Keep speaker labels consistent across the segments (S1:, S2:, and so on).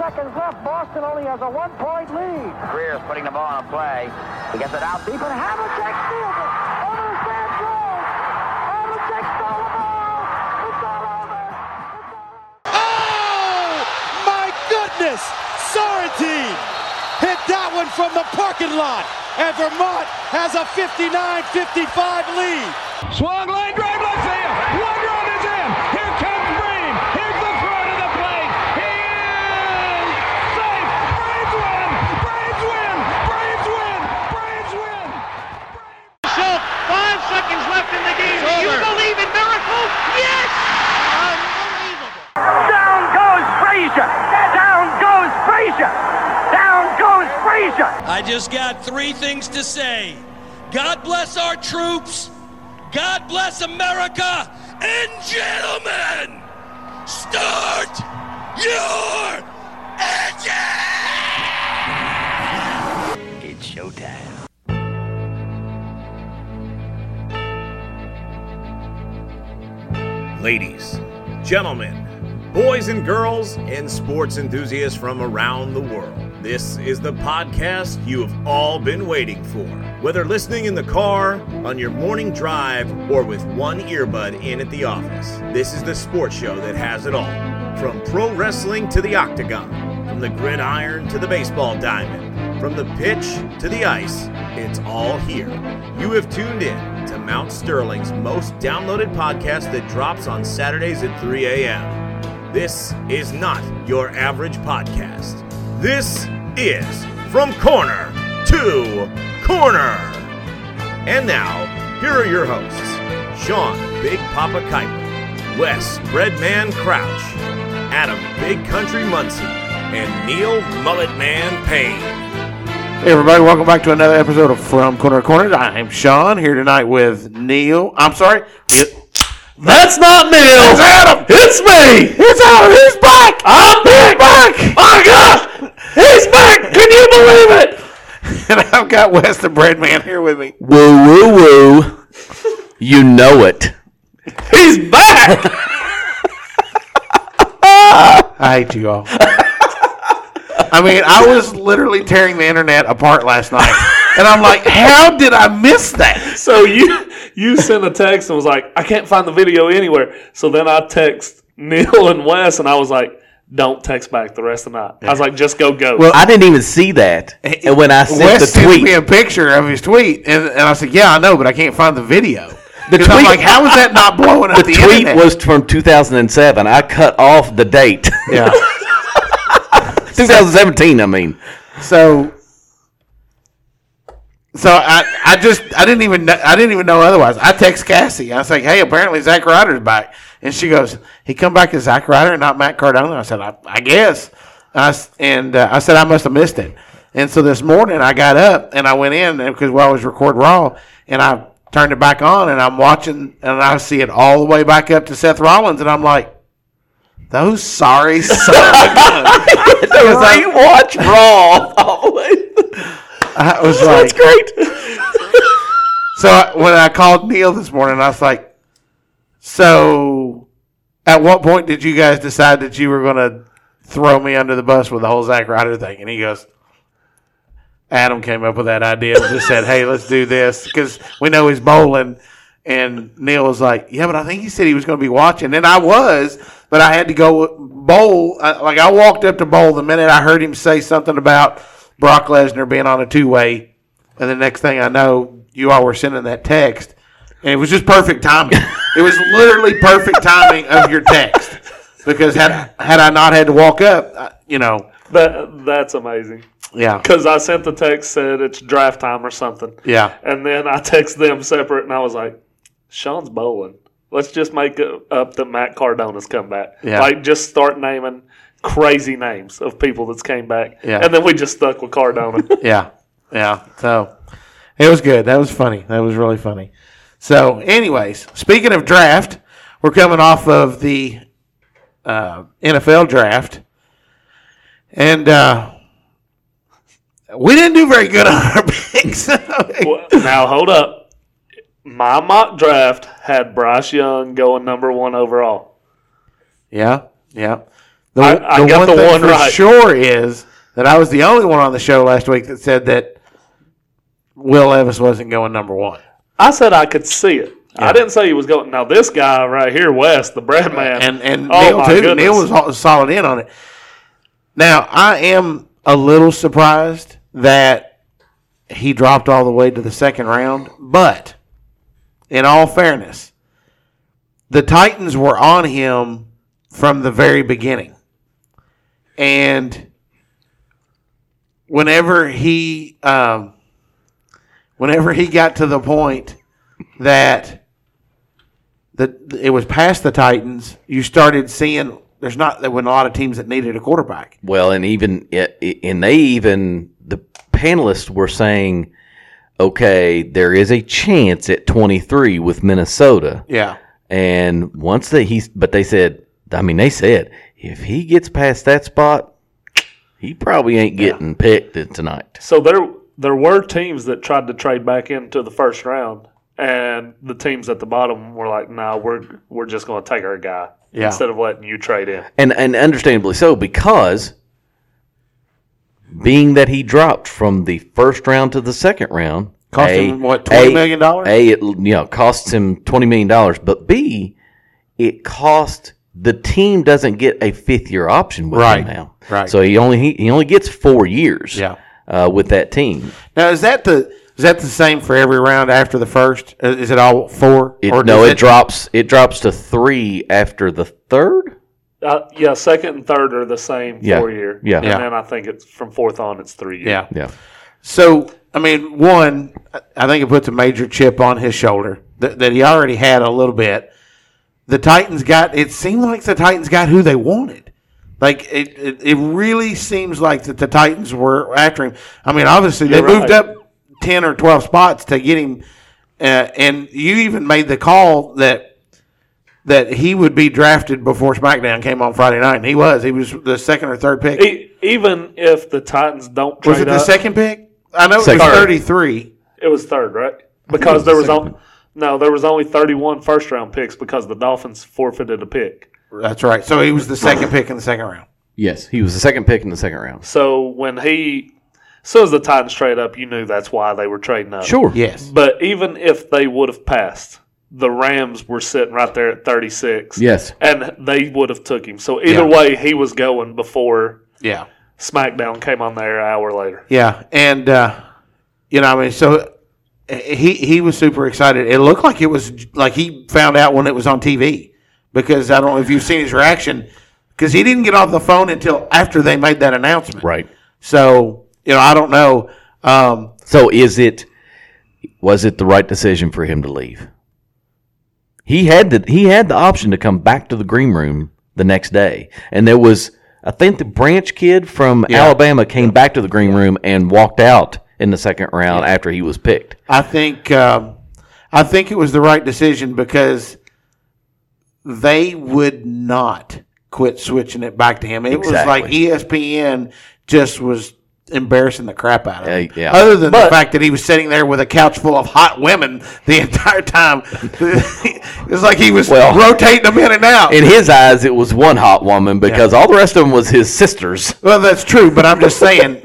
S1: seconds left. Boston only has a one-point lead.
S2: Greer's putting the ball on a play. He gets it out deep, and Havlicek steals it. Over the stand goes. Havlicek stole the ball. It's all over. It's all over.
S3: Oh, my goodness! Sorrentine hit that one from the parking lot, and Vermont has a 59-55 lead.
S4: Swung line drive left field. One run is in. Here comes Bream. Here's the throw to the plate. He is safe. Braves win. Braves win. Braves win. Braves win.
S5: Schultz, five seconds left in the game. Do you believe in miracles? Yes! Unbelievable.
S6: Down goes Frazier. Down goes Frazier. Down goes Frazier.
S7: I just got three things to say. God bless our troops. God bless America. And gentlemen, start your engine!
S2: It's showtime.
S8: Ladies, gentlemen, boys and girls, and sports enthusiasts from around the world, this is the podcast you have all been waiting for. Whether listening in the car, on your morning drive, or with one earbud in at the office, this is the sports show that has it all. From pro wrestling to the octagon, from the gridiron to the baseball diamond, from the pitch to the ice, it's all here. You have tuned in to Mount Sterling's most downloaded podcast that drops on Saturdays at 3 a.m. This is not your average podcast. This is From Corner to Corner. And now, here are your hosts Sean Big Papa Kuiper, Wes Breadman Crouch, Adam Big Country Muncie, and Neil Mulletman Payne.
S9: Hey everybody, welcome back to another episode of From Corner to Corner. I'm Sean here tonight with Neil. I'm sorry, it,
S10: That's not Neil. It's Adam. It's me. It's Adam. He's back. I'm back. My God, he's back. Can you believe it?
S9: and I've got Wes the Breadman here with me.
S10: Woo woo woo. You know it. He's back.
S9: I hate you all. I mean, I was literally tearing the internet apart last night, and I'm like, how did I miss that?
S10: so you you sent a text and was like, I can't find the video anywhere. So then I text Neil and Wes and I was like, Don't text back the rest of the night. I was like, Just go go.
S9: Well,
S11: I didn't even see that. And when I sent
S9: Wes
S11: the
S9: sent
S11: tweet,
S9: me a picture of his tweet, and, and I said, yeah, I know, but I can't find the video.
S11: The
S9: 'Cause I'm
S11: tweet-
S9: like, how is that not blowing up
S11: the,
S9: the,
S11: tweet
S9: internet?
S11: was from 2007. I cut off the date.
S9: yeah.
S11: 2017, I mean.
S9: So, so I, I just I didn't even know, I didn't even know otherwise. I text Cassie. I was like, "Hey, apparently Zach Ryder's back," and she goes, "He come back as Zach Ryder, and not Matt Cardona." I said, "I, I guess," I s and uh, I said, "I must have missed it." And so this morning I got up and I went in because while I was record Raw, and I turned it back on and I'm watching and I see it all the way back up to Seth Rollins, and I'm like, "Those sorry son of a gun."
S11: Because I watch Raw. That's
S9: I was like,
S11: great.
S9: So I, when I called Neil this morning, I was like, "So, at what point did you guys decide that you were going to throw me under the bus with the whole Zach Ryder thing?" And he goes, "Adam came up with that idea and just said, "Hey, let's do this because we know he's bowling." And Neil was like, "Yeah, but I think he said he was going to be watching." And I was, but I had to go bowl. I, like I walked up to bowl the minute I heard him say something about Brock Lesnar being on a two-way. And the next thing I know, you all were sending that text, and it was just perfect timing. it was literally perfect timing of your text because had had I not had to walk up, I- you know,
S10: that that's amazing.
S9: yeah,
S10: Because I sent the text said it's draft time or something.
S9: yeah,
S10: And then I text them separate and I was like, Sean's bowling. Let's just make it up that Matt Cardona's come back.
S9: Yeah.
S10: Like just start naming crazy names of people that's came back.
S9: Yeah.
S10: And then we just stuck with Cardona.
S9: yeah, yeah. So it was good. That was funny. That was really funny. So, anyways, speaking of draft, we're coming off of the uh, NFL draft, and uh, we didn't do very good on our picks.
S10: Well, now hold up. My mock draft had Bryce Young going number one overall.
S9: Yeah, yeah. The,
S10: I- I
S9: the
S10: got
S9: one
S10: the
S9: thing
S10: one
S9: for
S10: right.
S9: sure is that I was the only one on the show last week that said that Will Levis wasn't going number one.
S10: I said I could see it. I didn't say he was going. Now this guy right here, West, the bread man, Oh,
S9: and and Neil too. Neil was all- solid in on it. Now I am a little surprised that he dropped all the way to the second round, but in all fairness, the Titans were on him from the very beginning, and whenever he um, whenever he got to the point that that it was past the Titans, you started seeing there's not there were a lot of teams that needed a quarterback.
S11: Well, and even and they even the panelists were saying, okay, there is a chance at 23 with Minnesota.
S9: Yeah.
S11: And once they he but they said, I mean, they said if he gets past that spot, he probably ain't getting picked tonight.
S10: So there, there were teams that tried to trade back into the first round, and the teams at the bottom were like, "Nah, we're we're just going to take our guy
S11: Yeah.
S10: instead of letting you trade in."
S11: And and understandably so because being that he dropped from the first round to the second round,
S9: Cost
S11: a-
S9: him, what, $20
S11: a-
S9: million dollars?
S11: A, it you know costs him twenty million dollars, but B, it cost the team doesn't get a fifth year option with
S9: Right.
S11: him now.
S9: Right.
S11: So he only he, he only gets four years. Yeah. Uh, with that team,
S9: Now is that the is that the same for every round after the first? Uh, Is it all four?
S11: it,
S9: does
S11: no, it drops it drops to three after the third.
S10: Uh, yeah, second and third are the same
S11: Yeah.
S10: four year.
S11: Yeah.
S10: and
S11: Yeah.
S10: then I think it's from fourth on, it's three year.
S9: Yeah.
S11: Yeah.
S9: So I mean, one, I- I think it puts a major chip on his shoulder that, that he already had a little bit. The Titans got. It seemed like the Titans got who they wanted. Like it, it, it really seems like that the Titans were after him. I mean, obviously they
S10: You're right.
S9: moved up ten or twelve spots to get him, uh, and you even made the call that that he would be drafted before SmackDown came on Friday night, and he was. He was the second or third pick.
S10: E- even if the Titans don't trade
S9: was it the
S10: up-
S9: second pick? I know it
S10: Second.
S9: was thirty three.
S10: It was third, right?
S9: it was
S10: Because there was
S9: second.
S10: only no, there was only thirty-one first-round picks because the Dolphins forfeited a pick.
S9: That's right. So he was the second pick in the second round.
S11: Yes, he was the second pick in the second round.
S10: So when he, as soon as the Titans trade up, you knew that's why they were trading up.
S11: Sure. Yes.
S10: But even if they would have passed, the Rams were sitting right there at thirty-six.
S11: Yes.
S10: and they would have took him. So either
S9: Yeah.
S10: way, he was going before.
S9: Yeah.
S10: SmackDown came on there an hour later.
S9: Yeah, and uh, you know, I mean, so eh, he he was super excited. It looked like it was like he found out when it was on TV because I don't know if you've seen his reaction because he didn't get off the phone until after they made that announcement.
S11: Right.
S9: So you know, I don't know. Um,
S11: So is it was it the right decision for him to leave? He had the he had the option to come back to the green room the next day. And there was I think the branch kid from Alabama came back to the green room and walked out in the second round after he was picked.
S9: I think um, I think it was the right decision because they would not quit switching it back to him. It was like E ESPN just was embarrassing the crap out of him.
S11: yeah.
S9: Other than the fact that he was sitting there with a couch full of hot women the entire time, it's like he was
S11: Well-
S9: rotating them in and out.
S11: In his eyes it was one hot woman because all the rest of them was his sisters.
S9: well, that's true, but I'm just saying.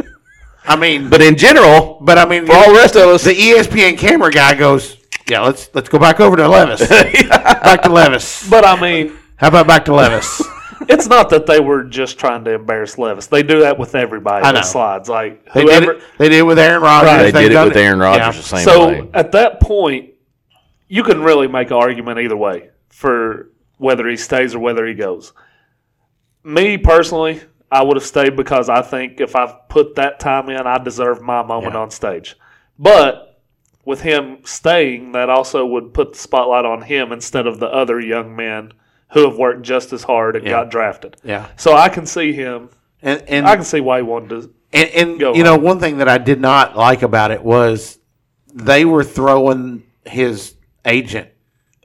S9: I mean,
S11: But in general,
S9: but I mean,
S11: for all the rest of us,
S9: the E ESPN camera guy goes, "Yeah, let's let's go back over to Levis, back to Levis."
S10: But I mean,
S9: How about back to Levis?
S10: it's not that they were just trying to embarrass Levis. They do that with everybody.
S9: I
S10: on
S9: know.
S10: slides like
S9: They
S10: whoever.
S9: did it. They did it with Aaron Rodgers.
S11: They
S9: They've
S11: did it
S9: done
S11: with Aaron Rodgers the same
S10: so
S11: way.
S10: at that point, you can really make an argument either way for whether he stays or whether he goes. Me personally, I would have stayed because I think if I've put that time in, I deserve my moment on stage. But with him staying, that also would put the spotlight on him instead of the other young men who have worked just as hard and got drafted.
S9: Yeah.
S10: So I can see him.
S9: And, and
S10: I can see why he wanted to.
S9: And, and you know, one thing that I did not like about it was they were throwing his agent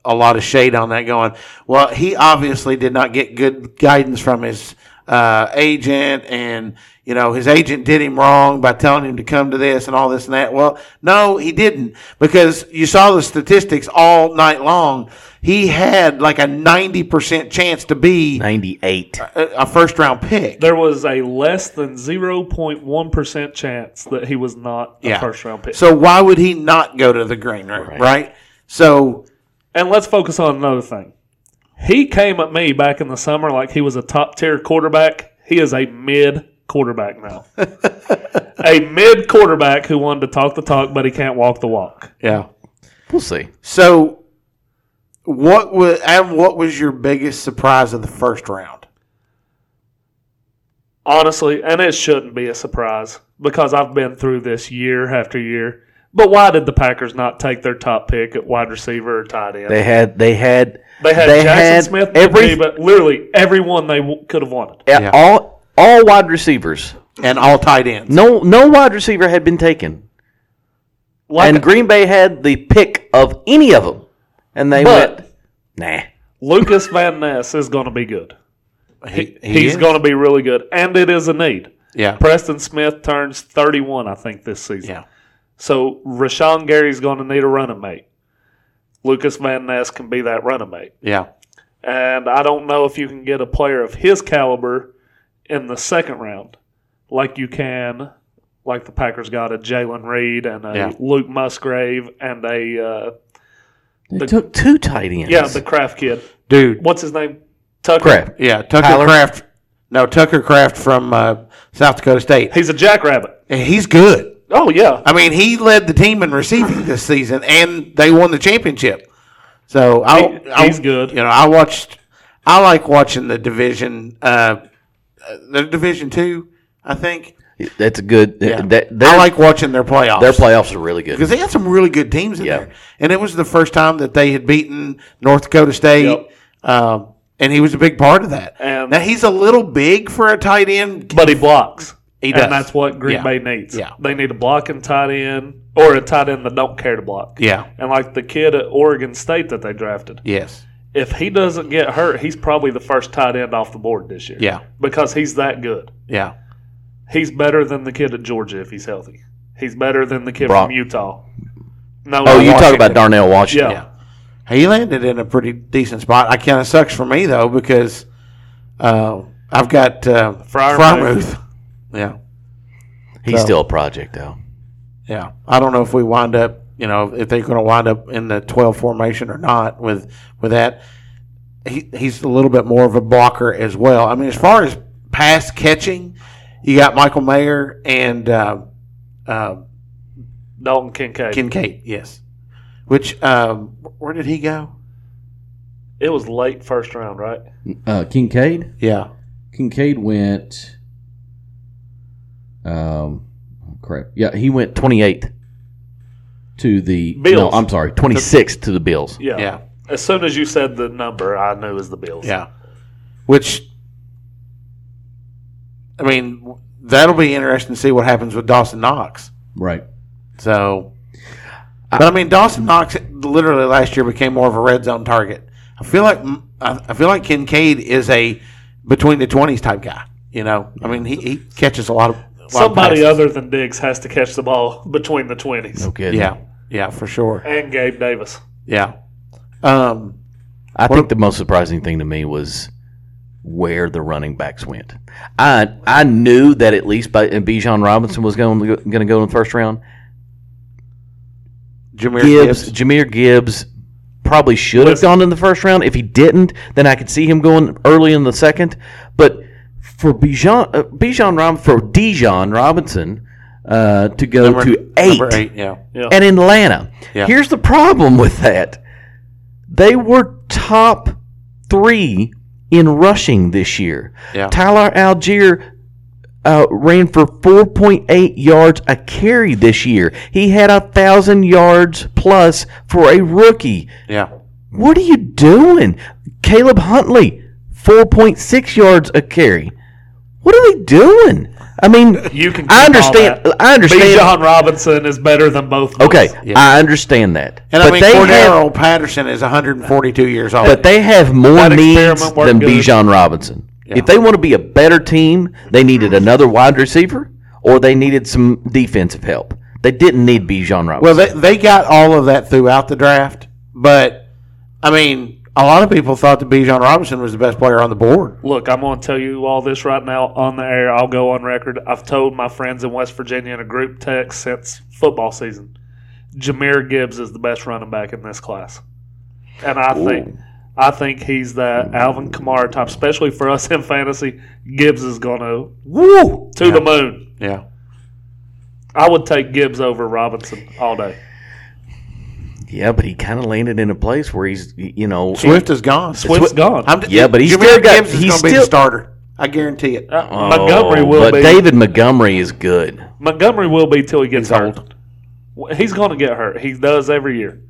S9: a lot of shade on that, going, well, he obviously did not get good guidance from his uh, agent, and, you know, his agent did him wrong by telling him to come to this and all this and that. Well, no, he didn't, because you saw the statistics all night long. he had like a 90% chance to be
S11: 98
S9: a, a first round pick.
S10: There was a less than 0.1% chance that he was not a
S9: Yeah.
S10: first round pick.
S9: So why would he not go to the green room, right? So
S10: And let's focus on another thing. He came at me back in the summer like he was a top tier quarterback. He is a mid quarterback now. a mid quarterback who wanted to talk the talk, but he can't walk the walk.
S9: yeah.
S11: We'll see.
S9: So what was and what was your biggest surprise of the first round?
S10: Honestly, and it shouldn't be a surprise because I've been through this year after year. But why did the Packers not take their top pick at wide receiver or tight end?
S11: They had they had
S10: They had Jackson
S11: had
S10: Smith,
S11: every
S10: every, but literally everyone they w- could have wanted.
S11: yeah. all all wide receivers.
S9: And all tight ends.
S11: No no wide receiver had been taken.
S10: Like-
S11: and Green Bay had the pick of any of them, and they
S10: But-
S11: went nah.
S10: Lucas Van Ness is going to be good. He,
S9: he
S10: he's
S9: is.
S10: going to be really good, and it is a need.
S9: Yeah.
S10: Preston Smith turns 31, I think, this season.
S9: Yeah.
S10: So Rashawn Gary's going to need a running mate. Lucas Van Ness can be that running mate.
S9: Yeah.
S10: And I don't know if you can get a player of his caliber in the second round like you can, like the Packers got a Jalen Reed and a
S9: Yeah.
S10: Luke Musgrave and a, uh,
S11: They took two tight ends.
S10: yeah, the Kraft kid.
S9: Dude.
S10: What's his name? Tucker.
S11: Crap.
S9: Yeah, Tucker
S11: Tyler?
S9: Craft. No, Tucker Craft from uh, South Dakota State.
S10: He's a jackrabbit.
S9: And He's good.
S10: Oh, yeah.
S9: I mean, he led the team in receiving this season, and they won the championship. So I,
S10: He-
S9: I-
S10: he's good.
S9: You know, I watched. I like watching the division. Uh, uh, the division two, I think.
S11: That's a good.
S9: Yeah.
S11: That,
S9: I
S11: their,
S9: like watching their playoffs.
S11: their playoffs are really good.
S9: because they had some really good teams in
S11: Yeah.
S9: there, and it was the first time that they had beaten North Dakota State.
S10: Yep.
S9: Um, and he was a big part of that.
S10: And-
S9: now he's a little big for a tight end.
S10: But he blocks.
S9: He does.
S10: And that's what Green
S9: Yeah.
S10: Bay needs.
S9: Yeah.
S10: They need a blocking tight end or a tight end that don't care to block.
S9: Yeah.
S10: And like the kid at Oregon State that they drafted,
S9: Yes.
S10: if he doesn't get hurt, he's probably the first tight end off the board this year.
S9: Yeah.
S10: Because he's that good.
S9: Yeah.
S10: He's better than the kid at Georgia if he's healthy. He's better than the kid
S11: Brock.
S10: from Utah. No,
S11: oh, you talk
S10: Washington.
S11: about Darnell Washington.
S10: Yeah.
S9: Yeah. He landed in a pretty decent spot. I kind of sucks for me though because uh, I've got uh,
S10: Friermuth.
S9: Friermuth. Yeah,
S11: He's
S9: So-
S11: still a project though.
S9: yeah. I don't know if we wind up, you know, if they're going to wind up in the twelve formation or not with with that. He, he's a little bit more of a blocker as well. I mean, as far as pass catching, you got Michael Mayer and uh, uh,
S10: Dalton Kincaid.
S9: Kincaid. Yes, which um, where did he go?
S10: it was late first round, right?
S12: Uh, Kincaid.
S9: Yeah,
S12: Kincaid went. Um, oh, crap. Yeah, he went
S11: Twenty eighth
S12: to the.
S10: Bills.
S12: No, I'm sorry.
S11: or twenty sixth to the Bills.
S10: Yeah.
S9: yeah.
S10: As soon as you said the number, I knew it was the Bills.
S9: Yeah. Which, I mean, that'll be interesting to see what happens with Dawson Knox.
S12: Right.
S9: So, but I mean, Dawson Knox literally last year became more of a red zone target. I feel like I I feel like Kincaid is a between the twenties type guy. You know, I mean, he, he catches a lot of a lot of
S10: Somebody
S9: passes.
S10: other than Diggs has to catch the ball between the 20s.
S11: Okay.
S9: Yeah, yeah, for sure.
S10: And Gabe Davis.
S9: Yeah. Um.
S11: I think the most surprising thing to me was where the running backs went. I I knew that at least by, and Bijan Robinson was going to, going to go in the first round.
S9: Jameer
S11: Gibbs,
S9: Gibbs.
S11: Jameer Gibbs probably should have gone in the first round. If he didn't, then I could see him going early in the second. But for Bijan, uh, Bijan Rob, for Dijon Robinson uh, to go to eight,
S9: Number eight. Yeah.
S10: Yeah.
S11: and Atlanta.
S9: Yeah.
S11: Here's the problem with that. They were top three in rushing this year.
S9: Yeah.
S11: Tyler Algier uh, ran for 4.8 yards a carry this year. He had a thousand yards plus for a rookie.
S9: Yeah.
S11: What are you doing? Caleb Huntley, 4.6 yards a carry. What are they doing? I mean,
S10: You can.
S11: I
S10: keep all
S11: understand.
S10: that.
S11: I understand.
S10: Bijan Robinson is better than both. of
S11: Okay,
S10: us.
S11: I understand that.
S9: And I mean,
S11: they have,
S9: Cordero Patterson is 142 years old.
S11: but they have more
S10: That experiment
S11: needs
S10: worked
S11: than
S10: good.
S11: Bijan Robinson. If they want to be a better team, they needed another wide receiver or they needed some defensive help. They didn't need Bijan Robinson.
S9: Well, they, they got all of that throughout the draft, but I mean, a lot of people thought that Bijan Robinson was the best player on the board.
S10: Look, I'm going to tell you all this right now on the air. I'll go on record. I've told my friends in West Virginia in a group text since football season. Jameer Gibbs is the best running back in this class, and I think I think he's the Alvin Kamara type, especially for us in fantasy. Gibbs is going to woo to the moon.
S9: Yeah.
S10: I would take Gibbs over Robinson all day.
S11: Yeah, but he kind of landed in a place where he's, you know,
S9: Swift is gone.
S10: Swift's gone.
S9: I'm-
S11: yeah, but he's
S9: Jameer
S11: still got.
S9: Gibbs is
S11: he's
S9: gonna
S11: still
S9: be the starter. I guarantee it.
S11: Oh,
S10: Uh, Montgomery will
S11: but
S10: be.
S11: David Montgomery is good.
S10: Montgomery will be till he gets hurt. W- He's going to get hurt. He does every year.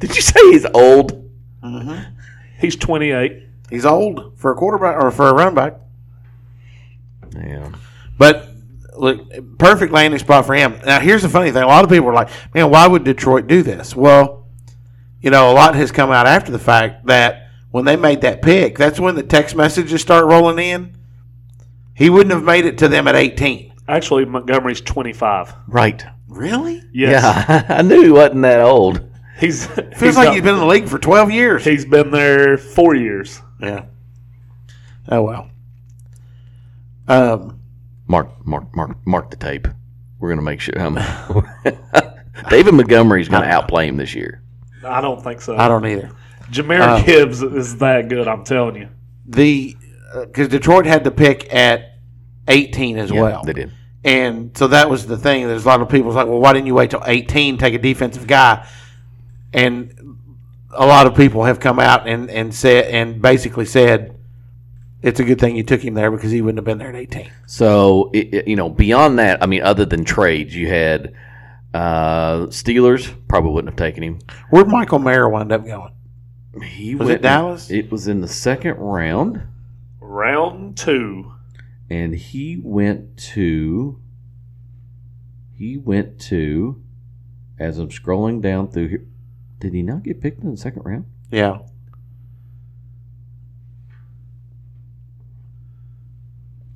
S11: Did you say he's old?
S10: He's 28.
S9: He's old for a quarterback or for a running back.
S11: Yeah.
S9: But look, perfect landing spot for him. Now, here's the funny thing: a lot of people are like, "Man, why would Detroit do this?" Well, you know, a lot has come out after the fact that when they made that pick, that's when the text messages start rolling in. He wouldn't have made it to them at 18.
S10: Actually, Montgomery's 25.
S11: Right.
S9: Really?
S10: Yes.
S11: Yeah, I knew he wasn't that old.
S10: He's
S9: Feels like he's been in the league for 12 years.
S10: he's been there four years.
S9: Yeah. Oh well. Um,
S11: Mark, mark, mark, mark the tape. We're gonna make sure. Um, David Montgomery's gonna outplay him this year.
S10: I don't think so.
S9: I don't either.
S10: Jameer Gibbs is that good. I'm telling you.
S9: the because Detroit had the pick at 18 as
S11: Yeah,
S9: well.
S11: they did.
S9: And so that was the thing. There's a lot of people was like, well, why didn't you wait till 18, take a defensive guy? And a lot of people have come out and, and said and basically said it's a good thing you took him there because he wouldn't have been there at 18.
S11: So it, it- you know, beyond that, I mean, other than trades, you had uh, Steelers probably wouldn't have taken him.
S9: Where'd Michael Mayer wind up going?
S11: He
S9: Was it
S11: went-
S9: Dallas?
S11: It was in the second round,
S10: Round two.
S11: and he went to. He went to. As I'm scrolling down through here, did he not get picked in the second round?
S9: Yeah.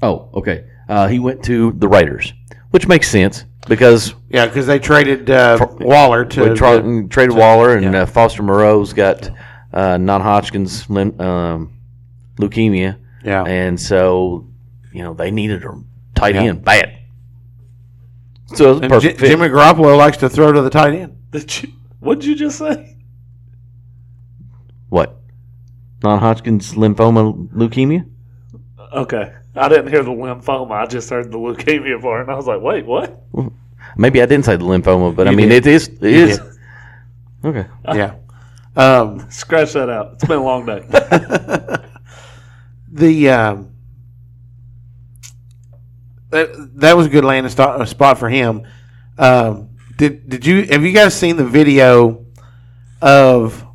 S11: Oh, okay. Uh, he went to the Raiders, which makes sense because
S9: Yeah, because they traded uh, Waller to
S11: we tra- traded Waller and uh, Foster Moreau's got uh, non-Hodgkin's lym- um, leukemia,
S9: Yeah.
S11: and so you know they needed a tight
S9: Yeah.
S11: end bad. So
S9: And
S11: it was a
S9: Ji-
S11: perfect fit.
S9: Jimmy Garoppolo likes to throw to the tight end.
S10: Did you, what'd you just say?
S11: what non-Hodgkin's lymphoma leukemia?
S10: Okay. I didn't hear the lymphoma. I just heard the leukemia part, and I was like, wait, what?
S11: Maybe I didn't say the lymphoma, but I
S9: You
S11: mean
S9: did.
S11: it is it
S9: You
S11: is okay.
S9: Yeah. Um,
S10: Scratch that out. It's been a long day.
S9: the um, that, that was a good landing sto- uh, spot for him. Um, did did you have you guys seen the video of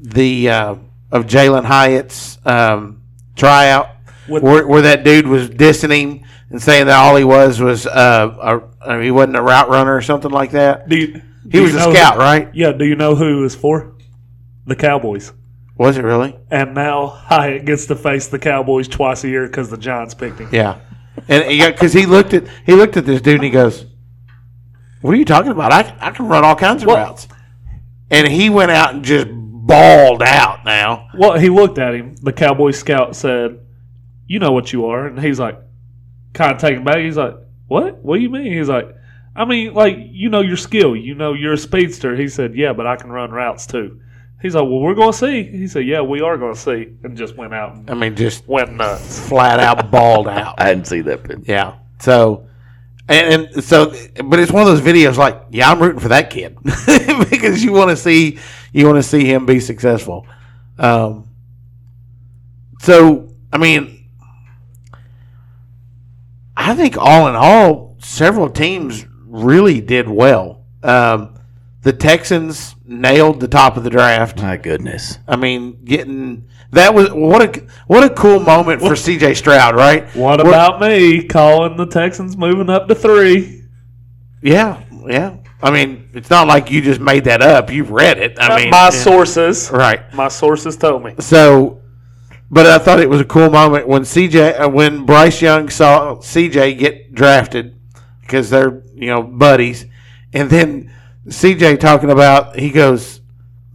S9: the uh, of Jalen Hyatt's um, tryout
S10: With-
S9: where, where that dude was dissing him and saying that all he was was uh, a, I mean, he wasn't a route runner or something like that.
S10: Do you,
S9: He was a scout, right?
S10: Yeah. Do you know who it was for? The Cowboys.
S9: Was it really?
S10: And now Hyatt gets to face the Cowboys twice a year because the Giants picked him.
S9: Yeah, and because he looked at he looked at this dude and he goes, "What are you talking about? I, I can run all kinds of routes." And he went out and just balled out. Now,
S10: Well, he looked at him. The Cowboy scout said, "You know what you are," and he's like, kind of taken back. He's like, "What? What do you mean?" He's like, "I mean, like you know your skill. You know you're a speedster." He said, "Yeah, but I can run routes too." He's like, "Well, we're going to see." He said, "Yeah, we are going to see," and just went out and
S9: I mean, just
S10: went nuts.
S9: flat out balled out.
S11: I didn't see that. But
S9: Yeah. So, and, and so, but it's one of those videos like, yeah, I'm rooting for that kid because you want to see you want to see him be successful. Um, so, I mean, I think all in all, several teams really did well. Um, the Texans nailed the top of the draft.
S11: my goodness,
S9: I mean, getting that was what a what a cool moment for C.J. Stroud, right?
S10: What
S9: We're-
S10: about me calling the Texans moving up to three?
S9: Yeah, yeah. I mean, it's not like you just made that up. You've read it. I mean,
S10: my sources,
S9: right.
S10: my sources told me.
S9: So, but I thought it was a cool moment when CJ, uh, when Bryce Young saw CJ get drafted because they're you know buddies, and then CJ talking about he goes,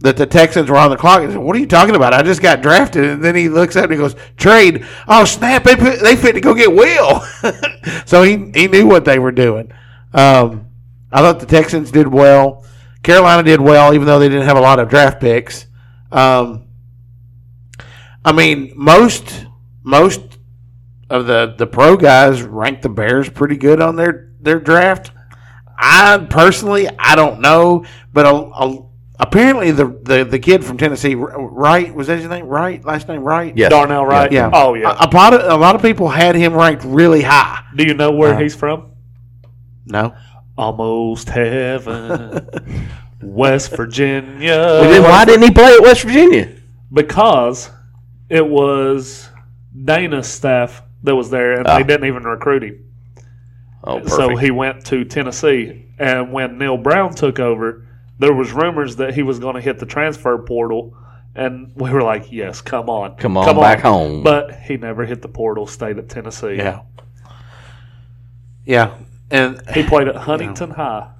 S9: that the Texans were on the clock. He said, "What are you talking about? I just got drafted." And then he looks up and he goes, "Trade! Oh snap! They put, they fit to go get Will." so he he knew what they were doing. Um, I thought the Texans did well. Carolina did well, even though they didn't have a lot of draft picks. Um, I mean, most most of the the pro guys ranked the Bears pretty good on their their draft. I personally, I don't know, but a, a apparently the, the the kid from Tennessee, Wright, was that his name? Wright, last name Wright?
S10: Yes. Darnell Wright.
S9: Yeah.
S10: Oh, yeah.
S9: A, a lot of, a lot of people had him ranked really high.
S10: Do you know where he's from?
S9: No.
S10: Almost heaven, West Virginia.
S9: Uh,
S11: Well, then why didn't he play at West Virginia?
S10: Because it was Dana's staff that was there, and
S11: Ah.
S10: they didn't even recruit him.
S11: Oh,
S10: So
S11: perfect.
S10: he went to Tennessee, and when Neil Brown took over, there was rumors that he was going to hit the transfer portal, and we were like, "Yes, come on,
S11: Come on back home.
S10: But he never hit the portal. Stayed at Tennessee.
S9: Yeah, Yeah, and
S10: he played at Huntington High.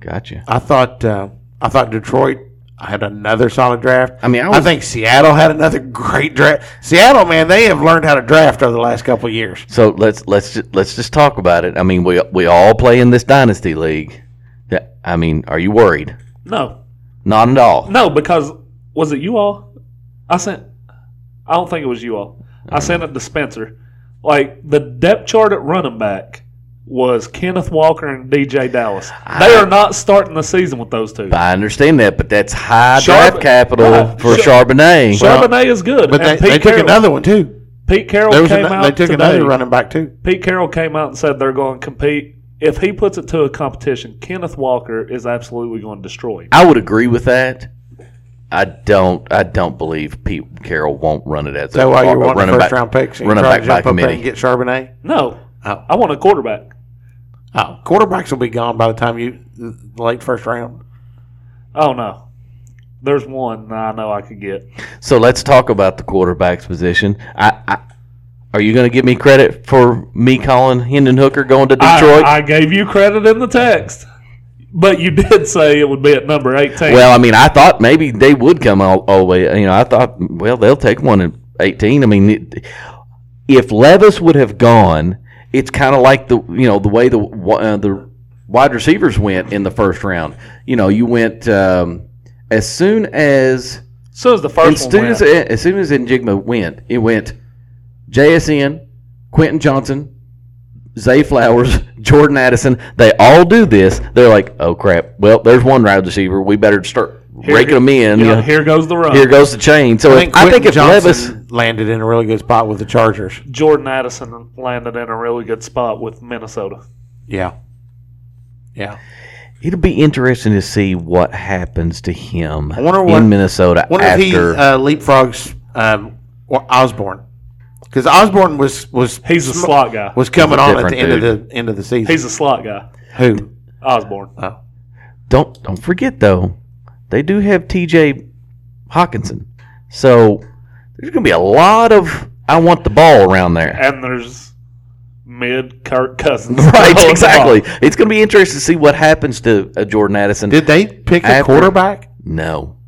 S11: Gotcha.
S9: I thought uh, I thought Detroit had another solid draft.
S11: I mean, I
S9: I,
S11: was-
S9: think Seattle had another great draft. Seattle, man, they have learned how to draft over the last couple of years.
S11: So let's let's ju- let's just talk about it. I mean, we we all play in this dynasty league. Yeah, I mean, are you worried?
S10: No,
S11: Not at all.
S10: no, because was it you all? I sent. I don't think it was you all. I sent it to Spencer. Like the depth chart at running back was Kenneth Walker and DJ Dallas. They are not starting the season with those two.
S11: I understand that, but that's high
S10: Char-
S11: draft capital
S10: Right.
S11: for
S10: Char-
S11: Charbonnet.
S10: Charbonnet is good,
S9: But they,
S10: and Pete
S9: they took
S10: Carroll-
S9: another one too.
S10: Pete Carroll
S9: There was
S10: came
S9: ano-
S10: out.
S9: they took
S10: today.
S9: another running back too.
S10: Pete Carroll came out and said they're going to compete. If he puts it to a competition, Kenneth Walker is absolutely going to destroy. him.
S11: I would agree with that. I don't. I don't believe Pete Carroll won't run it as
S9: Is that why you're wanting
S11: running
S9: first
S11: back-
S9: round picks? and
S11: Running
S9: try to
S11: back by
S9: jump up there and
S11: committee.
S9: get Charbonnet.
S10: No,
S9: Oh.
S10: I want a quarterback.
S9: Oh, quarterbacks will be gone by the time you the late first round.
S10: Oh no, there's one I know I could get.
S11: So let's talk about the quarterbacks position. I, I are you going to give me credit for me calling Hendon Hooker going to
S10: I-
S11: Detroit?
S10: I, gave you credit in the text, but you did say it would be at number eighteen.
S11: Well, I mean, I thought maybe they would come all, all the way. You know, I thought, well, they'll take one at 18. I mean, it- if Levis would have gone, it's kind of like the you know the way the wi- uh, the wide receivers went in the first round. You know, you went um, as soon as
S10: as soon as the first
S11: as
S10: one
S11: soon
S10: went.
S11: as, as soon as Njigma went, it went JSN, Quentin Johnson, Zay Flowers, Jordan Addison. They all do this. They're like, oh crap. Well, there's one wide receiver. We better start raking them in.
S10: yeah, here goes
S9: uh,
S10: the run.
S11: Here goes the chain. So if- I think, if Levis,
S9: landed in a really good spot with the Chargers.
S10: Jordan Addison landed in a really good spot with Minnesota.
S9: Yeah, yeah.
S11: it'll be interesting to see what happens to him
S9: I wonder what
S11: in Minnesota
S9: Wonder if he
S11: after.
S9: uh, leapfrogs um, or Osborne because Osborne was was
S10: He's a
S9: sm-
S10: slot guy.
S9: was coming on at
S11: different
S9: the end of
S11: dude.
S9: the end of the season.
S10: He's a slot guy.
S9: Who?
S10: Osborne.
S9: Oh,
S11: don't don't forget though, they do have T.J. Hawkinson. So there's going to be a lot of I want the ball around there.
S10: And there's mid Kirk Cousins.
S11: Right,
S10: Oh,
S11: exactly. It's going to be interesting to see what happens to uh, Jordan Addison.
S9: did they pick a
S11: After-
S9: quarterback?
S11: No.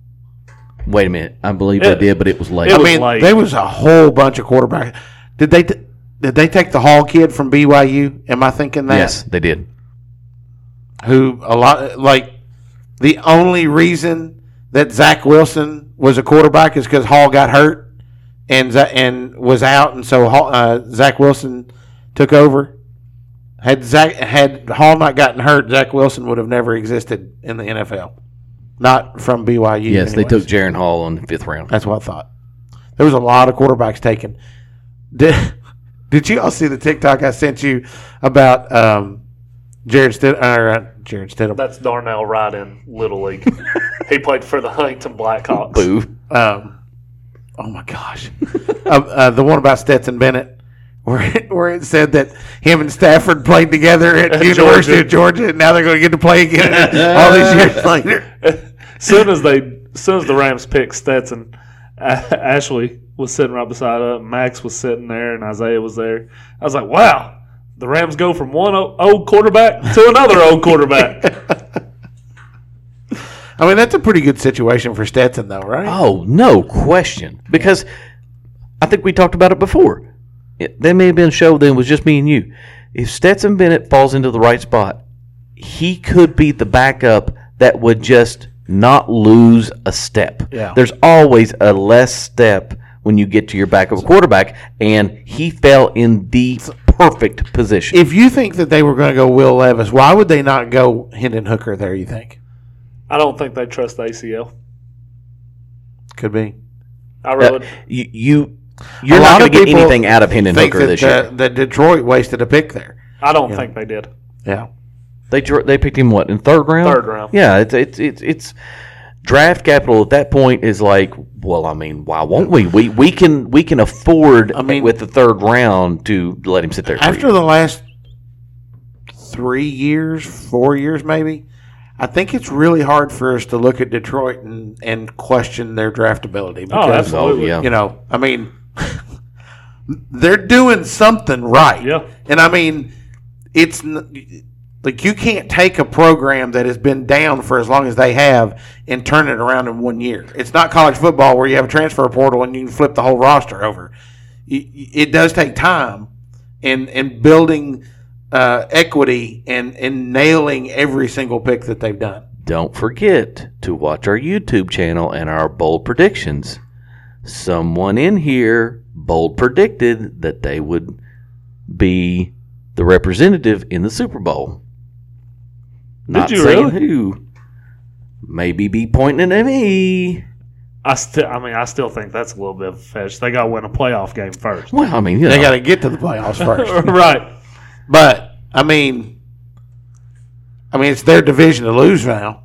S11: Wait a minute. I believe
S10: It-
S11: they did, but it was late.
S10: it
S9: I
S10: was
S9: mean,
S10: late.
S9: there was a whole bunch of quarterbacks. Did they? T- did they take the Hall kid from BYU? Am I thinking that?
S11: yes, they did.
S9: who a lot like the only reason that Zach Wilson was a quarterback is because Hall got hurt and Za- and was out, and so Hall, uh, Zach Wilson took over. Had Zach had Hall not gotten hurt, Zach Wilson would have never existed in the NFL. Not from BYU.
S11: Yes, they
S9: anyways.
S11: took Jaron Hall on the fifth round.
S9: That's what I thought. There was a lot of quarterbacks taken. Did Did you all see the TikTok I sent you about um, Jared Stidham? Or, uh, Jared Stidham.
S10: That's Darnell Wright in Little League. he played for the Huntington Blackhawks.
S11: Boo.
S9: um, oh my gosh, uh, uh, the one about Stetson Bennett, where it, where it said that him and Stafford played together at,
S10: At
S9: the University
S10: Georgia.
S9: of Georgia, and now they're going to get to play again all these years later.
S10: soon as they, soon as the Rams picked Stetson, A- Ashley was sitting right beside us. Max was sitting there, and Isaiah was there. I was like, "Wow, the Rams go from one o- old quarterback to another old quarterback."
S9: I mean, that's a pretty good situation for Stetson, though, right?
S11: Oh, no question. Because I think we talked about it before. It, there may have been a show then was just me and you. If Stetson Bennett falls into the right spot, he could be the backup that would just not lose a step.
S9: Yeah.
S11: There's always a less step when you get to your backup quarterback, and he fell in the perfect position.
S9: If you think that they were going to go Will Levis, why would they not go Hendon Hooker there, you think?
S10: I don't think they trust the ACL.
S9: Could be.
S10: I really.
S11: Uh, you, you you're not going to get anything out of Hendon Hooker
S9: that,
S11: this year.
S9: uh, that Detroit wasted a pick there.
S10: I don't
S9: Yeah.
S10: think they did.
S9: Yeah.
S11: They dr- they picked him what in third round?
S10: Third round.
S11: Yeah, it's it's it's, it's draft capital at that point is like, well, I mean, why won't we? We we can we can afford with the third round to let him sit there. for a
S9: After the last three years, four years maybe, I think it's really hard for us to look at Detroit and, and question their draftability.
S10: absolutely. Oh, yeah.
S9: You know, I mean, they're doing something right.
S10: Yeah.
S9: And I mean, it's n- like you can't take a program that has been down for as long as they have and turn it around in one year. It's not college football where you have a transfer portal and you can flip the whole roster over. Y- y- It does take time and and building uh, equity and and nailing every single pick that they've done.
S11: Don't forget to watch our YouTube channel and our bold predictions. Someone in here bold predicted that they would be the representative in the Super Bowl. Not
S10: you
S11: saying
S10: really?
S11: who. Maybe be pointing at me.
S10: I still. I mean, I still think that's a little bit of a fetch. They got to win a playoff game first.
S11: Well, I mean, you
S9: They
S11: know,
S9: got to get to the playoffs first,
S10: right.
S9: but I mean, I mean it's their division to lose now.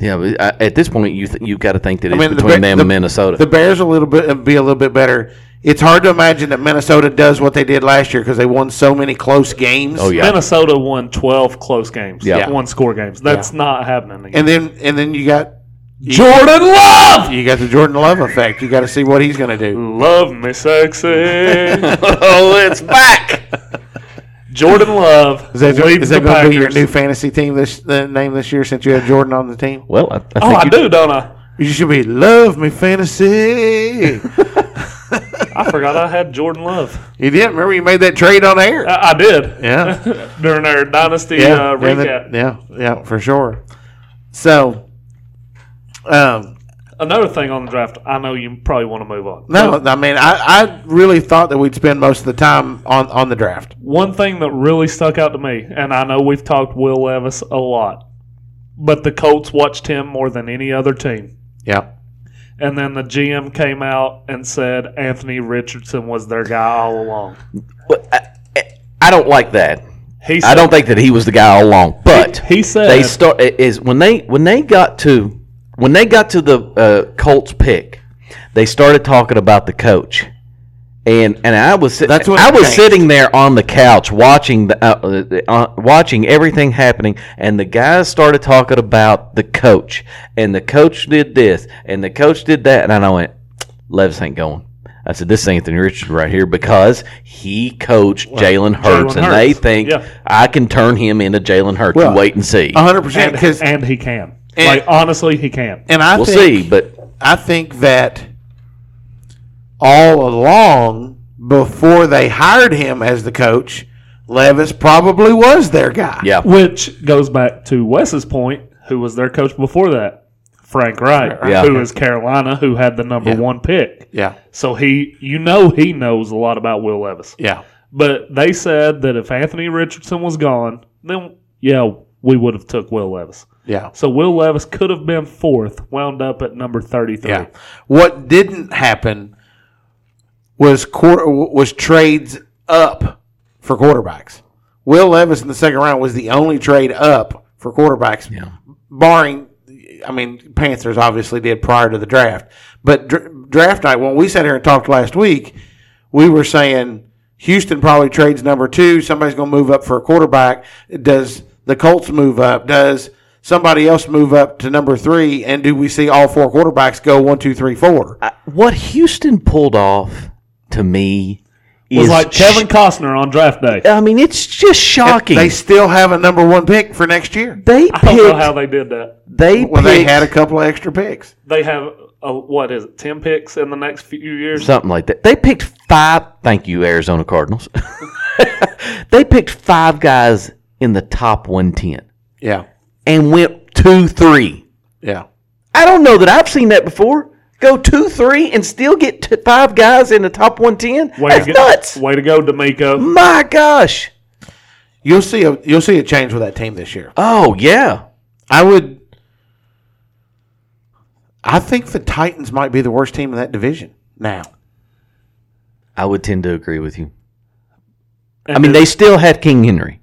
S11: yeah. But I- at this point, you th- you got to think that
S9: I
S11: it's
S9: mean, the
S11: between
S9: Ba-
S11: them
S9: the-
S11: and Minnesota.
S9: The Bears a little bit be a little bit better. It's hard to imagine that Minnesota does what they did last year because they won so many close games.
S11: oh yeah,
S10: Minnesota won twelve close games.
S11: Yeah.
S10: One score games. That's not happening. Again.
S9: And then and then you got
S10: Jordan Love.
S9: you got the Jordan Love effect. You got to see what he's going to do.
S10: Love me sexy.
S11: oh, it's back.
S10: Jordan Love
S9: Is that,
S10: leads
S9: is that
S10: the
S9: going to be your
S10: Packers.
S9: new fantasy team this the name this year since you have Jordan on the team?
S11: Well, I, I think
S10: oh, I
S11: you-
S10: do, don't I?
S9: You should be love me fantasy.
S10: I forgot I had Jordan Love.
S9: you didn't remember you made that trade on air?
S10: I, I did.
S9: Yeah,
S10: During our dynasty
S9: yeah, yeah,
S10: uh, recap.
S9: yeah, yeah, for sure. So, um,
S10: Another thing on the draft, I know you probably want to move on.
S9: No, I mean, I, I really thought that we'd spend most of the time on, on the draft.
S10: One thing that really stuck out to me, and I know we've talked Will Levis a lot, but the Colts watched him more than any other team.
S9: Yeah.
S10: And then the GM came out and said Anthony Richardson was their guy all along.
S11: but I, I- I don't like that.
S10: He said,
S11: I don't think that he was the guy all along, but
S10: He said
S11: they start i- is when they when they got to when they got to the uh, Colts pick, they started talking about the coach, and and I was sit-
S9: That's when
S11: I
S9: it
S11: was
S9: changed.
S11: sitting there on the couch watching the, uh, uh, the, uh, watching everything happening, and the guys started talking about the coach, and the coach did this, and the coach did that, and I went, Levis ain't going. I said, this is Anthony Richardson right here because he coached Jalen Hurts, and
S10: Hurts.
S11: they think
S10: Yeah.
S11: I can turn him into Jalen Hurts.
S9: Well, uh,
S11: you wait and see.
S9: 100%
S10: and,
S9: because and,
S10: and he can.
S9: and-
S10: like, honestly, he can.
S9: I
S11: we'll
S9: think
S11: see, but
S9: I think that all along before they hired him as the coach, Levis probably was their guy.
S11: yeah,
S10: Which goes back to Wes's point, who was their coach before that? Frank Wright,
S11: Yeah.
S10: who is Carolina, who had the number
S9: Yeah.
S10: one pick.
S9: Yeah.
S10: So he, you know, he knows a lot about Will Levis.
S9: Yeah.
S10: But they said that if Anthony Richardson was gone, then yeah, we would have took Will Levis.
S9: Yeah.
S10: So Will Levis could have been fourth, wound up at number thirty-three.
S9: Yeah. What didn't happen was quar- was trades up for quarterbacks. Will Levis in the second round was the only trade up for quarterbacks, barring. I mean, Panthers obviously did prior to the draft, but dr- draft night when we sat here and talked last week, we were saying Houston probably trades number two. Somebody's going to move up for a quarterback. Does the Colts move up? Does somebody else move up to number three? And do we see all four quarterbacks go one, two, three, four?
S11: what Houston pulled off to me
S10: was
S11: is
S10: like Kevin Costner on draft day.
S11: I mean, it's just shocking.
S9: They still have a number one pick for next year.
S11: They
S10: I don't know
S11: picked.
S10: how they did that.
S11: they
S9: Well, they
S11: picked-
S9: had a couple of extra picks.
S10: They have a, what is it, ten picks in the next few years?
S11: something like that. They picked five. Thank you, Arizona Cardinals. they picked five guys in the top one ten
S9: Yeah,
S11: and went two three.
S9: yeah.
S11: I don't know that I've seen that before. Go two three and still get t- five guys in the top one ten. That's
S10: to go,
S11: nuts.
S10: Way to go, D'Amico.
S11: My gosh.
S9: You'll see a you'll see a change with that team this year.
S11: Oh yeah.
S9: I would. I think the Titans might be the worst team in that division now.
S11: I would tend to agree with you. I
S10: And
S11: mean,
S10: then-
S11: they still have King Henry.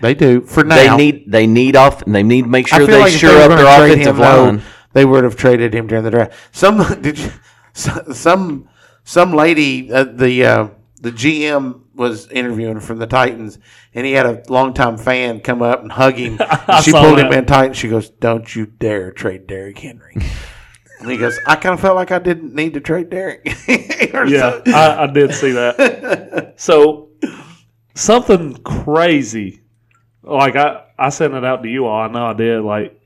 S9: They do for now.
S11: They need they need off and they need to make
S9: I
S11: sure
S9: feel
S11: they
S9: like if
S11: sure
S9: were
S11: up
S9: gonna
S11: their
S9: trade
S11: offensive
S9: him, though,
S11: line.
S9: They would have traded him during the draft. Some did you, so- some some lady uh, the uh, the GM was interviewing from the Titans, and he had a longtime fan come up and hug him.
S10: I
S9: she
S10: saw
S9: pulled him
S10: that.
S9: in tight, and she goes, "Don't you dare trade Derrick Henry." and he goes, "I kind of felt like I didn't need to trade Derrick." Or
S10: Yeah,
S9: so-
S10: I, I did see that. so something crazy, like I I sent it out to you all. I know I did. Like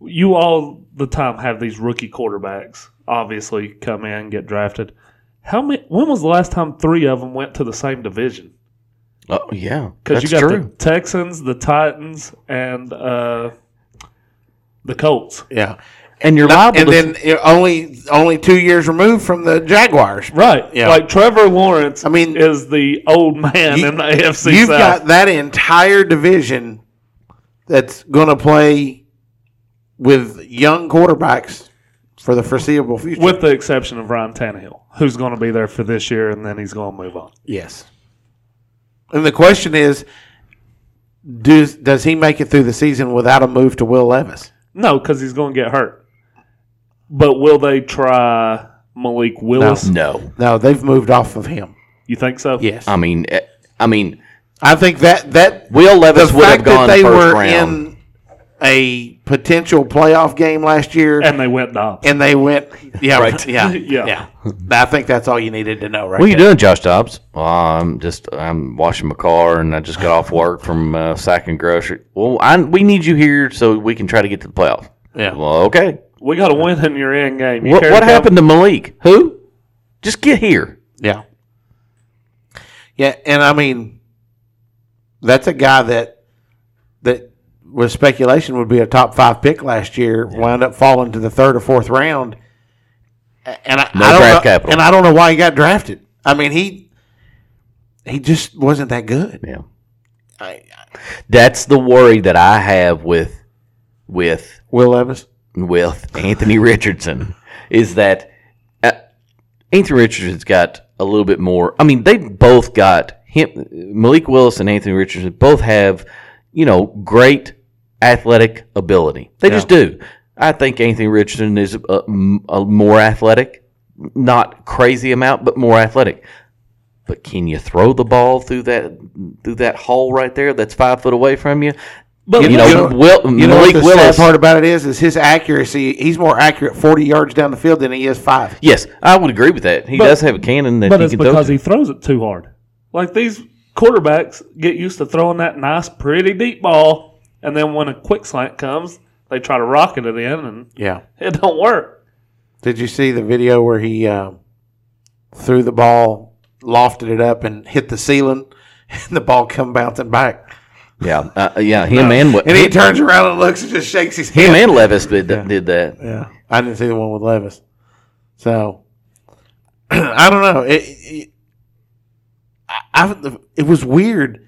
S10: you all the time have these rookie quarterbacks obviously come in get drafted. How many? When was the last time three of them went to the same division?
S11: Oh yeah,
S10: Because
S11: that's
S10: you got
S11: true.
S10: the Texans, the Titans, and uh, the Colts.
S9: yeah.
S11: and you're liable
S9: And
S11: to
S9: then uh, only only two years removed from the Jaguars.
S10: Right.
S9: Yeah.
S10: Like Trevor Lawrence
S9: I mean,
S10: is the old man in the AFC
S9: You've
S10: South.
S9: got that entire division that's going to play with young quarterbacks for the foreseeable future.
S10: With the exception of Ryan Tannehill, who's going to be there for this year, and then he's going to move on.
S9: yes. And the question is, does does he make it through the season without a move to Will Levis?
S10: No, because he's going to get hurt. But will they try Malik Willis?
S11: no.
S9: No, they've moved off of him.
S10: You think so?
S9: Yes,
S11: I mean, eh, I mean,
S9: I think that that
S11: Will
S9: the
S11: Levis would have
S9: fact that
S11: gone
S9: they
S11: first
S9: were
S11: round.
S9: in a potential playoff game last year
S10: And they went Dobbs.
S9: and they went, yeah,
S11: Right.
S9: yeah,
S10: Yeah.
S9: yeah. I think that's all you needed to know, right?
S11: what are you doing, Josh Dobbs? Well, I'm just I'm washing my car, and I just got off work from uh, sack and grocery. Well, I, we need you here so we can try to get to the playoff.
S9: Yeah.
S11: Well, okay.
S10: We got to win in your end game. You
S11: What,
S10: care
S11: what
S10: about-
S11: happened to Malik? Who? Just get here.
S9: Yeah. Yeah, and I mean, that's a guy that that with speculation would be a top five pick last year, wound up falling to the third or fourth round, A- and I,
S11: No
S9: I don't
S11: draft
S9: know,
S11: capital.
S9: and I don't know why he got drafted. I mean he he just wasn't that good.
S11: Yeah.
S9: I,
S11: That's the worry that I have with with
S9: Will Levis,
S11: with Anthony Richardson is that uh, Anthony Richardson's got a little bit more. I mean, they both got him. Malik Willis and Anthony Richardson both have, you know, great athletic ability. They just do. I think Anthony Richardson is a, a more athletic, not crazy amount, but more athletic. But can you throw the ball through that through that hole right there? That's five foot away from you. But you know, Will,
S9: you know
S11: Malik
S9: what the sad
S11: Willis.
S9: part about it is, is his accuracy. He's more accurate forty yards down the field than he is five.
S11: Yes, I would agree with that. He
S10: But-
S11: does have a cannon that
S10: But
S11: he
S10: it's
S11: can throw.
S10: because
S11: to.
S10: he throws it too hard. Like these quarterbacks get used to throwing that nice, pretty deep ball, and then when a quick slant comes, they try to rocket it in, and
S9: Yeah.
S10: it don't work.
S9: Did you see the video where he uh, threw the ball, lofted it up, and hit the ceiling, and the ball come bouncing back?
S11: yeah, uh, yeah, him and what
S9: And he turns around and looks and just shakes his
S11: him
S9: head.
S11: and Levis did, did that.
S9: Yeah, I didn't see the one with Levis. So I don't know. It, it, I, I- it was weird,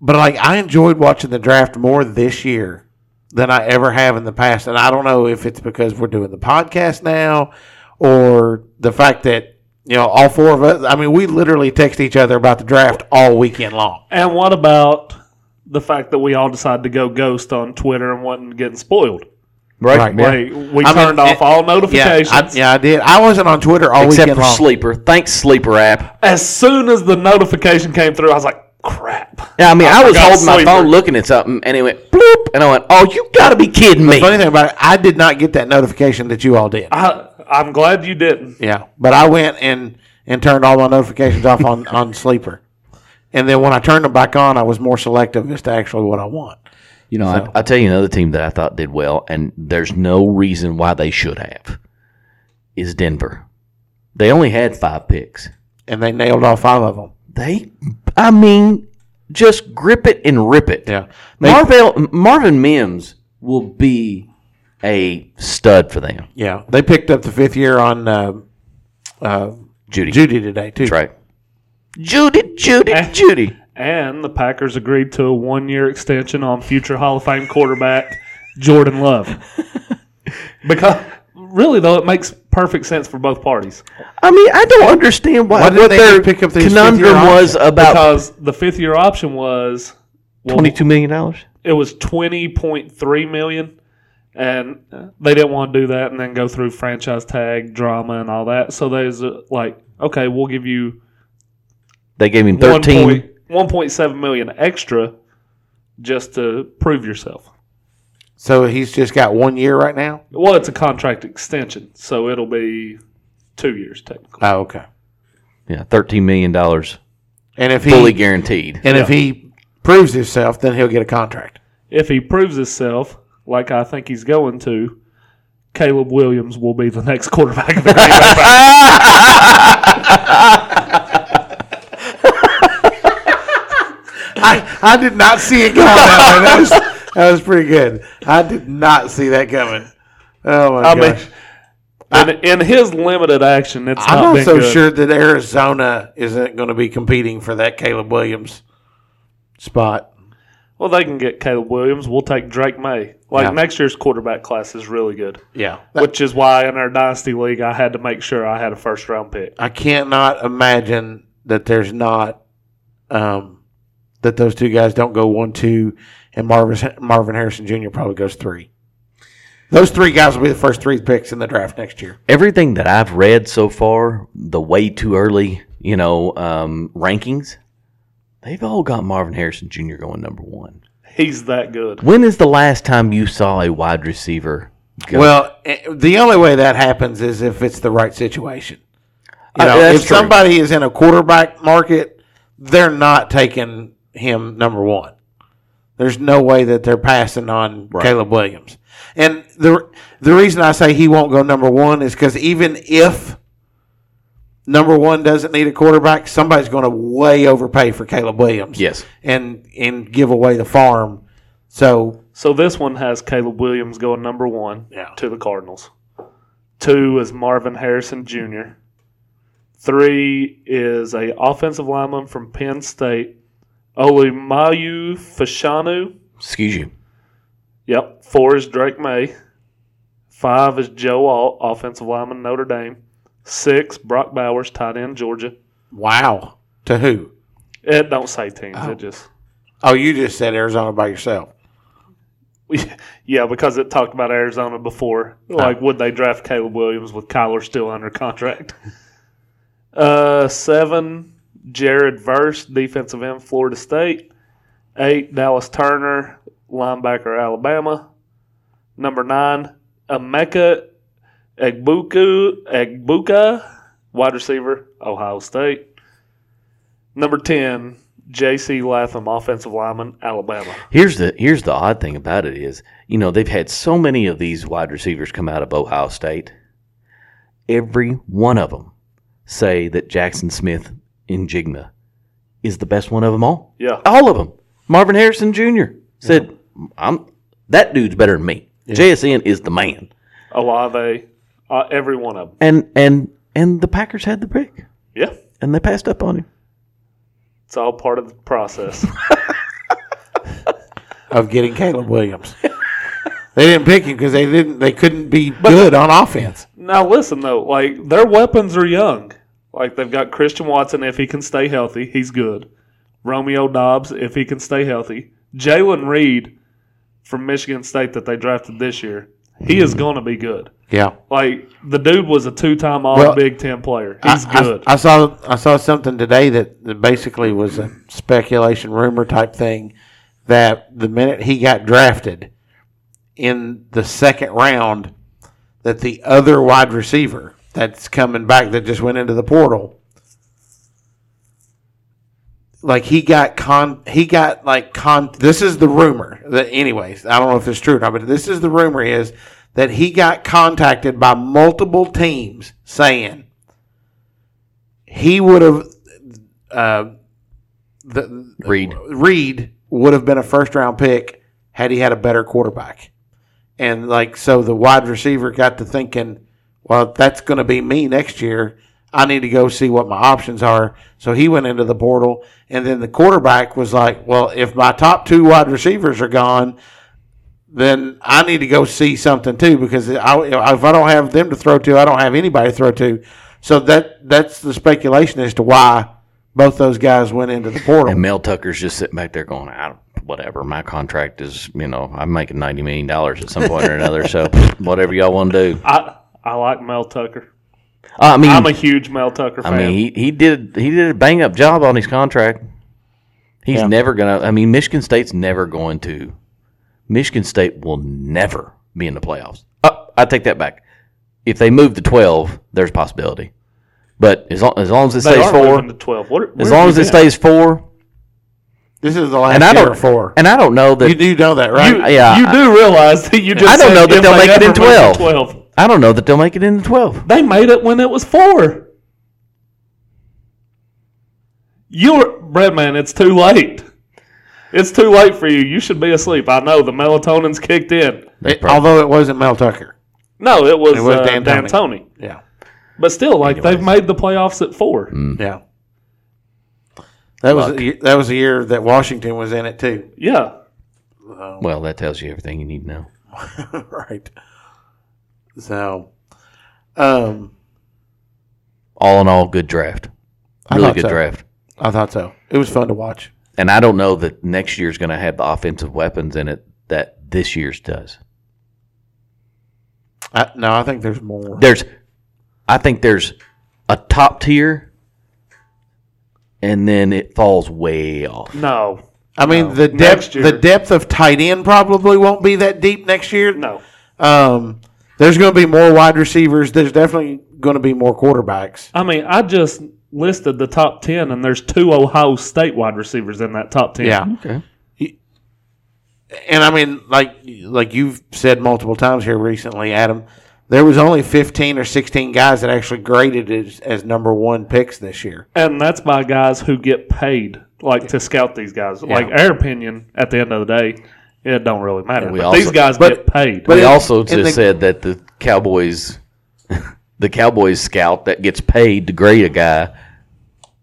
S9: but like I enjoyed watching the draft more this year than I ever have in the past, and I don't know if it's because we're doing the podcast now or the fact that you know all four of us. I mean, we literally text each other about the draft all weekend long.
S10: And what about the fact that we all decided to go ghost on Twitter and wasn't getting spoiled?
S11: Right,
S9: Right.
S11: yeah.
S10: Like, we
S9: I mean,
S10: turned off
S9: it-
S10: all
S9: Yeah,
S10: notifications.
S9: I, yeah, I did. I wasn't on Twitter all
S11: Except
S9: weekend
S11: for
S9: long.
S11: sleeper. Thanks, sleeper app.
S10: As soon as the notification came through, I was like, crap.
S11: Yeah, I mean, I, was
S10: forgot
S11: holding my
S10: Sleeper.
S11: phone looking at something, and it went bloop, and I went, "Oh, you got to be kidding me!"
S9: Funny thing about it, I did not get that notification that you all did.
S10: I, I'm glad you didn't.
S9: Yeah, but I went and and turned all my notifications off on, on sleeper. And then when I turned them back on, I was more selective as to actually what I want.
S11: You know,
S9: So-
S11: I, I'll tell you another team that I thought did well, and there's no reason why they should have, is Denver. They only had five picks.
S9: And they nailed all five of them.
S11: They, I mean, just grip it and rip it.
S9: Yeah.
S11: Marvin, Marvin Mims will be a stud for them.
S9: Yeah, they picked up the fifth year on uh, uh,
S11: Judy.
S9: Judy today too.
S11: That's right. Judy, Judy, Judy.
S10: And the Packers agreed to a one year extension on future Hall of Fame quarterback Jordan Love. because really though, it makes perfect sense for both parties.
S11: I mean, I don't understand why, what their conundrum was about
S10: because the fifth year option was well,
S11: $22 million.
S10: It was twenty point three million, and they didn't want to do that, and then go through franchise tag drama and all that. So there's uh, like, okay, we'll give you
S11: They gave him
S10: one
S11: 13.
S10: point one point seven million extra just to prove yourself.
S9: So he's just got one year right now.
S10: Well, it's a contract extension, so it'll be two years technically.
S9: Oh, okay.
S11: Yeah, $13 million.
S9: And if he
S11: Fully guaranteed.
S9: and if he proves himself, then he'll get a contract.
S10: If he proves himself, like I think he's going to, Caleb Williams will be the next quarterback of the Green Bay
S9: I, I did not see it coming. That, way. that was that was pretty good. I did not see that coming. Oh my
S10: I mean,
S9: gosh!
S10: in, in his limited action, it's not
S9: I'm not
S10: been
S9: so
S10: good.
S9: sure that Arizona isn't going to be competing for that Caleb Williams spot.
S10: Well, they can get Caleb Williams. We'll take Drake May. Like
S9: Yeah.
S10: next year's quarterback class is really good.
S9: Yeah.
S10: which is why in our dynasty league, I had to make sure I had a first round pick.
S9: I cannot imagine that there's not um, that those two guys don't go one two, and Marvin Marvin Harrison Jr. probably goes three. Those three guys will be the first three picks in the draft next year.
S11: Everything that I've read so far, the way too early, you know, um, rankings, they've all got Marvin Harrison Jr. going number one.
S10: He's that good.
S11: When is the last time you saw a wide receiver go?
S9: Well, eh, the only way that happens is if it's the right situation. You
S11: Uh,
S9: know,
S11: that's
S9: if
S11: true.
S9: somebody is in a quarterback market, they're not taking him number one. There's no way that they're passing on Caleb Williams. And the the reason I say he won't go number one is because even if number one doesn't need a quarterback, somebody's going to way overpay for Caleb Williams.
S11: Yes.
S9: and and give away the farm. So
S10: So this one has Caleb Williams going number one
S9: Yeah.
S10: to the Cardinals. Two is Marvin Harrison Jr. Three is a offensive lineman from Penn State, Olumayu Fashanu.
S11: Excuse you.
S10: Yep. Four is Drake May. Five is Joe Alt, offensive lineman, Notre Dame. Six, Brock Bowers, tight end, Georgia.
S9: wow, to who?
S10: It don't say teams.
S9: Oh.
S10: It just
S9: Oh, you just said Arizona by yourself.
S10: yeah, because it talked about Arizona before. Like, would they draft Caleb Williams with Kyler still under contract? uh, seven, Jared Verse, defensive end, Florida State. Eight, Dallas Turner, linebacker, Alabama. Number nine, Emeka Egbuku, Egbuka, wide receiver, Ohio State. Number 10, J.C. Latham, offensive lineman, Alabama.
S11: Here's the here's the odd thing about it is, you know, they've had so many of these wide receivers come out of Ohio State. Every one of them say that Jackson Smith in Jigma is the best one of them all.
S10: Yeah.
S11: All of them. Marvin Harrison Jr. said, "I'm that dude's better than me. JSN is the man."
S10: Olave, uh, every one of them.
S11: And and and the Packers had the pick,
S10: Yeah,
S11: and they passed up on him.
S10: it's all part of the process.
S9: of getting Caleb Williams. they didn't pick him because they didn't. They couldn't be good on offense.
S10: now listen though, like their weapons are young. Like they've got Christian Watson if he can stay healthy, he's good. Romeo Dobbs if he can stay healthy. Jalen Reed from Michigan State that they drafted this year, he is going to be good.
S9: Yeah,
S10: Like the dude was a two-time All
S9: Well,
S10: Big Ten player. He's
S9: I, I-
S10: good.
S9: I, saw I saw something today that, that basically was a speculation rumor type thing that the minute he got drafted in the second round, that the other wide receiver that's coming back that just went into the portal like he got con he got like con this is the rumor that anyways i don't know if it's true or not but this is the rumor is that he got contacted by multiple teams saying he would have uh the
S11: Reed.
S9: reed would have been a first round pick had he had a better quarterback and like so the wide receiver got to thinking well that's going to be me next year I need to go see what my options are. So he went into the portal, and then the quarterback was like, "Well, if my top two wide receivers are gone, then I need to go see something too because I, if I don't have them to throw to, I don't have anybody to throw to." So that that's the speculation as to why both those guys went into the portal.
S11: And Mel Tucker's just sitting back there going, I don't, whatever. My contract is, you know, I'm making ninety million dollars at some point or another. So whatever y'all want to do.
S10: I I like Mel Tucker.
S11: I mean,
S10: I'm a huge Mel Tucker fan.
S11: Hmm. I mean, he, he did he did a bang up job on his contract. He's never gonna. I mean, Michigan State's never going to. Michigan State will never be in the playoffs. Oh, I take that back. If they move to twelve, there's a possibility. But as long as, long as it
S10: They
S11: stays
S10: are
S11: four,
S10: moving to 12. What- where
S11: as long
S10: have
S11: as
S10: you
S11: it
S10: been?
S11: stays four,
S9: this is the last
S11: and I
S9: year
S11: don't
S9: four.
S11: and I don't know that
S9: You do know that, right?
S10: You-
S11: yeah,
S10: you
S11: I-
S10: do realize that you just
S11: I don't
S10: said
S11: know that
S10: if
S11: they'll
S10: they
S11: make it
S10: ever
S11: in
S10: move to
S11: 12.
S10: 12.
S11: I don't know that they'll make it in the twelve.
S10: They made it when it was four. You're Breadman. It's too late. It's too late for you. You should be asleep. I know the melatonin's kicked in.
S9: It- although it wasn't Mel Tucker.
S10: No, it was,
S9: It was
S10: uh,
S9: Dan
S10: Dan,
S9: Tony.
S10: Tony.
S9: Yeah,
S10: but still, like they've made the playoffs at four.
S11: Mm.
S9: Hmm. Yeah, that was the year- that was the year that Washington was in it too.
S10: Yeah.
S11: Well, that tells you everything you need to know.
S9: right. So, um,
S11: All in all, good draft.
S9: I
S11: Really
S9: thought
S11: good
S9: so.
S11: draft.
S9: I thought so. It was fun to watch.
S11: And I don't know that next year's going to have the offensive weapons in it that this year's does.
S9: I, no, I think there's more.
S11: There's, I think there's a top tier, and then it falls way off.
S10: No.
S9: I mean, the depth
S11: Next year.
S9: the depth of tight end probably won't be that deep next year.
S10: No.
S9: Um, there's going to be more wide receivers. There's definitely going to be more quarterbacks.
S10: I mean, I just listed the top ten, and there's two Ohio State wide receivers in that top ten.
S9: Yeah. Okay. And I mean, like like you've said multiple times here recently, Adam, there was only 15 or 16 guys that actually graded as, as number one picks this year.
S10: And that's by guys who get paid, like to scout these guys. Like our opinion, at the end of the day, it don't really matter.
S11: We
S10: But
S11: also-
S10: these guys
S11: but-
S10: get paid.
S11: we also just said that the Cowboys, the Cowboys scout that gets paid to grade a guy,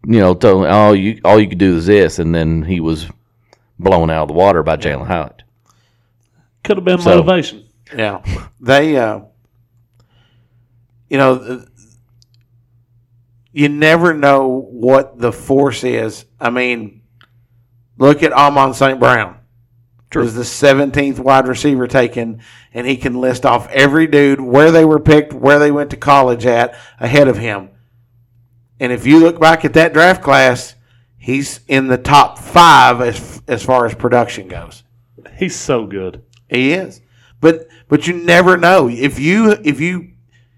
S11: you know, told all you all you could do is this, and then he was blown out of the water by Jalen Hyatt.
S10: could have been
S11: So-
S10: motivation.
S9: Yeah. They, uh, you know, th- you never know what the force is. I mean, look at Amon St. Brown. True. Was the 17th wide receiver taken, and he can list off every dude, where they were picked, where they went to college at, ahead of him. And if you look back at that draft class, he's in the top five as, as far as production goes.
S10: He's so good.
S9: He is. But but you never know. If you if you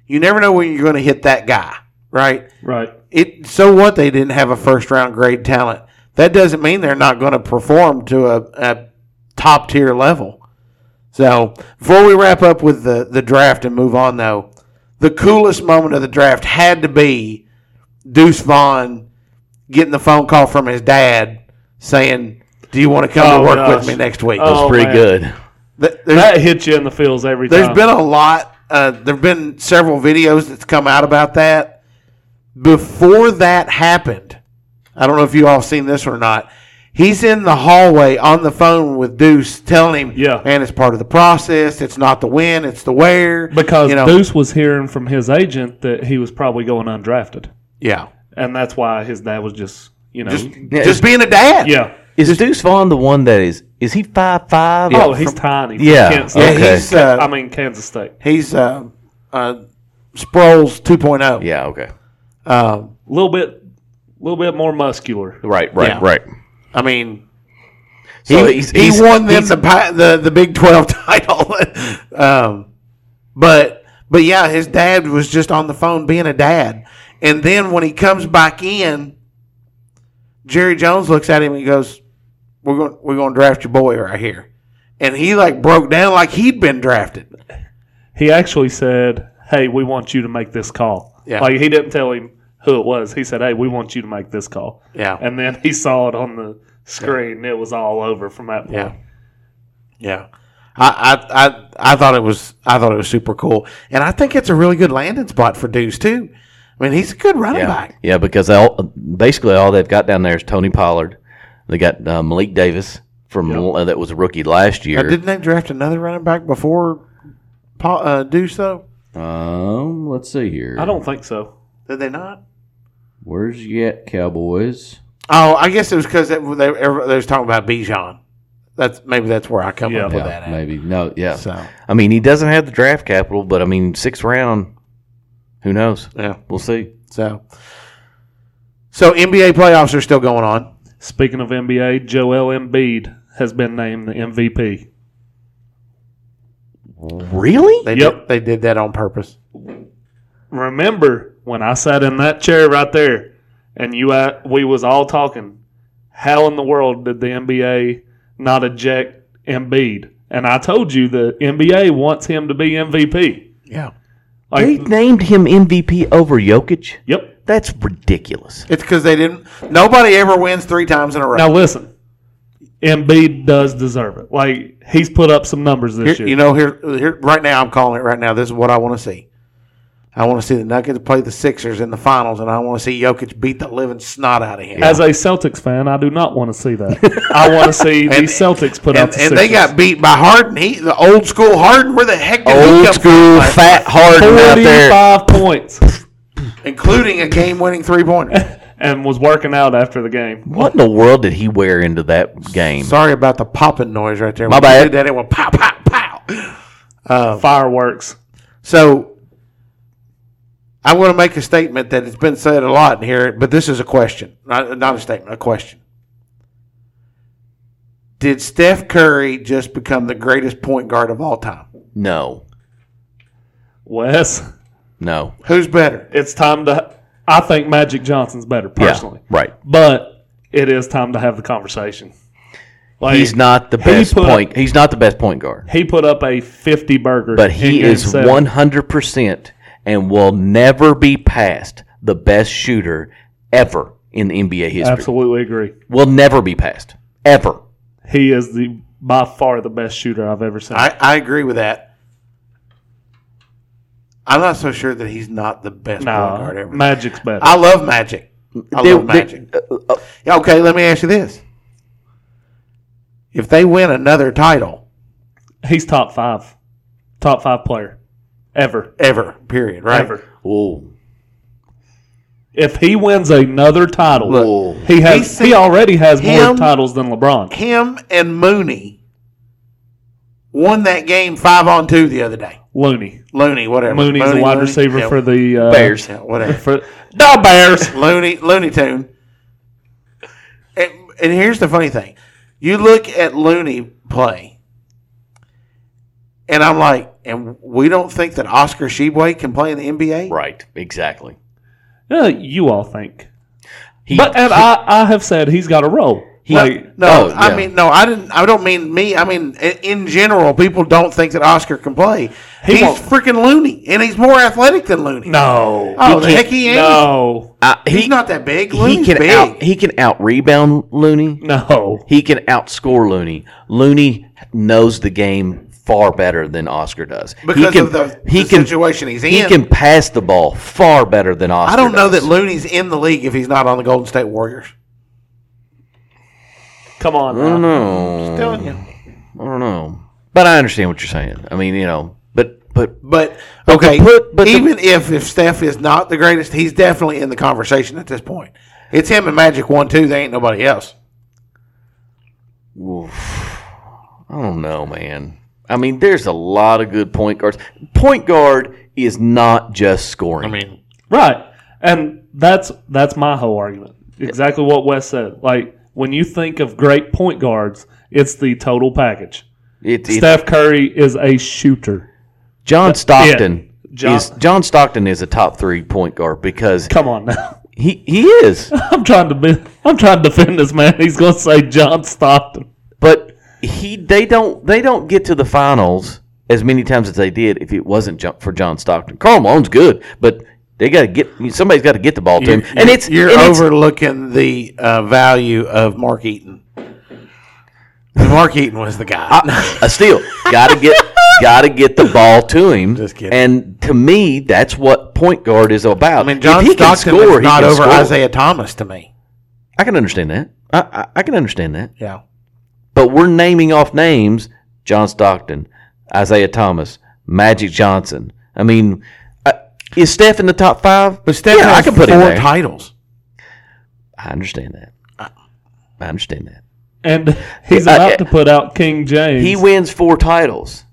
S9: you never know when you're going to hit that guy, right?
S10: Right.
S9: It so what they didn't have a first round grade talent. That doesn't mean they're not going to perform to a, a top tier level. So before we wrap up with the, the draft and move on though, the coolest moment of the draft had to be Deuce Vaughn getting the phone call from his dad saying, Do you want to come
S10: Oh,
S9: to work
S10: gosh.
S9: with me next week?
S10: That was Oh, pretty man. good.
S9: Th- there's-
S10: That hits you in the feels every
S9: there's
S10: time.
S9: been a lot. Uh, there've been several videos that's come out about that. Before that happened, I don't know if you all seen this or not. He's in the hallway on the phone with Deuce, telling him,
S10: "Yeah,
S9: man, it's part of the process. It's not the when, it's the where."
S10: because
S9: you know,
S10: Deuce was hearing from his agent that he was probably going undrafted,
S9: yeah,
S10: and that's why his dad was just you know
S9: Just- just being a dad.
S10: Yeah.
S11: Is Deuce Vaughn the one that is? Is he five five?
S10: Oh, he's tiny. From
S11: Yeah.
S10: Kansas.
S11: okay.
S9: uh,
S10: I mean Kansas State.
S9: he's uh, uh, Sproles 2.0.
S11: Yeah, okay.
S9: Um,
S10: A little bit, little bit more muscular.
S11: Right, right,
S9: Yeah.
S11: right.
S9: I mean,
S11: So
S9: he,
S11: he's-
S9: he
S11: he's-
S9: won them
S11: he's-
S9: the, pi- the the Big Twelve title, um, but but yeah, his dad was just on the phone being a dad, and then when he comes back in, Jerry Jones looks at him and goes, "We're going, we're going to draft your boy right here," and he like broke down like he'd been drafted.
S10: He actually said, "Hey, we want you to make this call."
S9: Yeah.
S10: Like he didn't tell him who it was. He said, "Hey, we want you to make this call."
S9: Yeah.
S10: And then he saw it on the screen. It was all over from that point.
S9: Yeah. Yeah. I, I, I, I thought it was I thought it was super cool, and I think it's a really good landing spot for Deuce too. I mean, he's a good running back.
S11: Yeah, because all, basically all they've got down there is Tony Pollard. They got uh, Malik Davis from uh, that was a rookie last
S9: Now,
S11: year.
S9: didn't they draft another running back before Paul, uh, Deuce though?
S12: Um, let's see here.
S10: I don't think so.
S9: Did they not?
S12: Where's yet Cowboys?
S9: Oh, I guess it was because they, they, everybody was talking about Bijan. That's maybe that's where I come up with that.
S12: Yeah, maybe no. Yeah.
S9: So
S11: I mean, he doesn't have the draft capital, but I mean, sixth round, who knows?
S9: Yeah,
S11: we'll see.
S9: So, so NBA playoffs are still going on.
S10: Speaking of NBA, Joel Embiid has been named the MVP.
S11: Really?
S9: They did,
S10: Yep.
S9: they did that on purpose.
S10: Remember when I sat in that chair right there, and you, uh, we was all talking. How in the world did the NBA not eject Embiid? And I told you the NBA wants him to be MVP.
S9: Yeah.
S11: they named him MVP over Jokic.
S10: Yep,
S11: that's ridiculous.
S9: It's because they didn't. Nobody ever wins three times in a row.
S10: Now listen, Embiid does deserve it. Like he's put up some numbers this
S9: Here-
S10: year.
S9: you know, here, here, right now, I'm calling it right now. This is what I want to see. I want to see the Nuggets play the Sixers in the finals, and I want to see Jokic beat the living snot out of him.
S10: As a Celtics fan, I do not want to see that. I want to see the Celtics put out
S9: and,
S10: the
S9: and they
S10: Sixers.
S9: got beat by Harden. He, the old school Harden. Where the heck did he
S11: Old
S9: come
S11: school
S9: from?
S11: fat Harden out there.
S10: 45 points
S9: including a game-winning three-pointer.
S10: and was working out after the game.
S11: What in the world did he wear into that game?
S9: Sorry about the popping noise right there.
S11: My
S9: When you
S11: bad.
S9: did That it went pow pow pow.
S11: Oh.
S9: Uh,
S10: Fireworks.
S9: So I want to make a statement that it's been said a lot in here, but this is a question, not, not a statement, a question. Did Steph Curry just become the greatest point guard of all time?
S11: No,
S10: Wes,
S11: no.
S9: Who's better?
S10: it's time to. I think Magic Johnson's better personally,
S11: Yeah, right.
S10: but it is time to have the conversation. Like,
S11: he's not the
S10: he
S11: best
S10: put-
S11: point. He's not the best point guard,
S10: He put up a fifty burger,
S11: but
S10: in
S11: he
S10: game
S11: is
S10: seven.
S11: one hundred percent and will never be past the best shooter ever in NBA history.
S10: Absolutely agree.
S11: Will never be passed ever.
S10: He is the by far the best shooter I've ever seen.
S9: I, I agree with that. I'm not so sure that he's not the best point guard
S10: no,
S9: ever.
S10: Magic's better.
S9: I love Magic. I
S11: They-
S9: love
S11: they- uh,
S9: Magic. Yeah, okay, let me ask you this. If they win another title
S10: He's top five, top five player ever,
S9: ever, period, right?
S10: ever.
S11: Ooh.
S10: If he wins another title,
S9: Look,
S10: he
S9: he
S10: has
S9: said-
S10: he already has more
S9: him-
S10: titles than LeBron.
S9: him and Mooney won that game five on two the other day.
S10: Looney,
S9: Looney, whatever.
S10: Mooney's
S9: Mooney,
S10: a wide
S9: Looney,
S10: receiver
S9: yeah,
S10: for the uh,
S11: Bears.
S9: yeah, whatever.
S10: For the Bears,
S9: Looney, Looney Tune. And, and here's the funny thing: you look at Looney play, and I'm like, and we don't think that Oscar Sheboy can play in the NBA.
S11: Right. Exactly.
S10: Yeah, Uh, you all think.
S11: He,
S10: But and I, I have said he's got a role.
S11: he,
S10: like,
S9: No,
S11: oh,
S9: I
S11: yeah.
S9: mean, no, I didn't. I don't mean me. I mean, i- in general, people don't think that Oscar can play. he's
S10: won't.
S9: freaking Looney, and he's more athletic than Looney.
S10: no,
S9: oh, the
S11: can't-
S9: heck he ain't.
S10: no,
S11: I-
S9: He's
S11: Uh, he,
S9: not that big.
S11: he
S9: Looney's
S11: can
S9: big.
S11: out he can out rebound Looney.
S10: no.
S11: He can outscore Looney. Looney knows the game far better than Oscar does. he
S9: because
S11: can,
S9: of the,
S11: he
S9: the
S11: can,
S9: situation he's in.
S11: He can pass the ball far better than Oscar.
S9: I don't know that
S11: does.
S9: Looney's in the league if he's not on the Golden State Warriors.
S10: Come on,
S11: I
S9: Mm-hmm.
S11: don't
S10: now.
S11: know.
S9: Telling you.
S11: I don't know. But I understand what you're saying. I mean, you know, but but
S9: But
S11: But
S9: okay,
S11: to put- but to-
S9: even if if Steph is not the greatest, he's definitely in the conversation at this point. It's him and Magic one two. There ain't nobody else.
S11: Oof. I don't know, man. I mean, there's a lot of good point guards. Point guard is not just scoring. I mean,
S10: right? And that's that's my whole argument. Exactly what Wes said. Like when you think of great point guards, it's the total package.
S11: it, it-
S10: Steph Curry is a shooter.
S11: John Stockton
S10: John-
S11: is John Stockton is a top three point guard because
S10: Come on now.
S11: He he is.
S10: I'm trying to be, I'm trying to defend this man. He's going to say John Stockton,
S11: but he they don't they don't get to the finals as many times as they did if it wasn't jump for John Stockton. Carl Malone's good, but they got to get somebody's got to get the ball to him, and it's
S9: you're
S11: and it's-
S9: overlooking the uh, value of Mark Eaton. Mark Eaton was the guy.
S11: I still got to get got to get the ball to him. Just kidding. And to me, that's what point guard is about. I mean,
S9: John
S11: if he
S9: Stockton
S11: can score,
S9: was not
S11: he can
S9: over
S11: score.
S9: Isaiah Thomas to me.
S11: I can understand that. I, I I can understand that.
S9: Yeah.
S11: But we're naming off names: John Stockton, Isaiah Thomas, Magic Johnson. I mean, I, is Steph in the top five?
S9: But Steph
S11: yeah, I
S9: has
S11: can put him
S9: four Uh,
S11: there.
S9: titles.
S11: I understand that. I understand that.
S10: and he's
S11: I-
S10: about to put out King James.
S11: He wins four titles.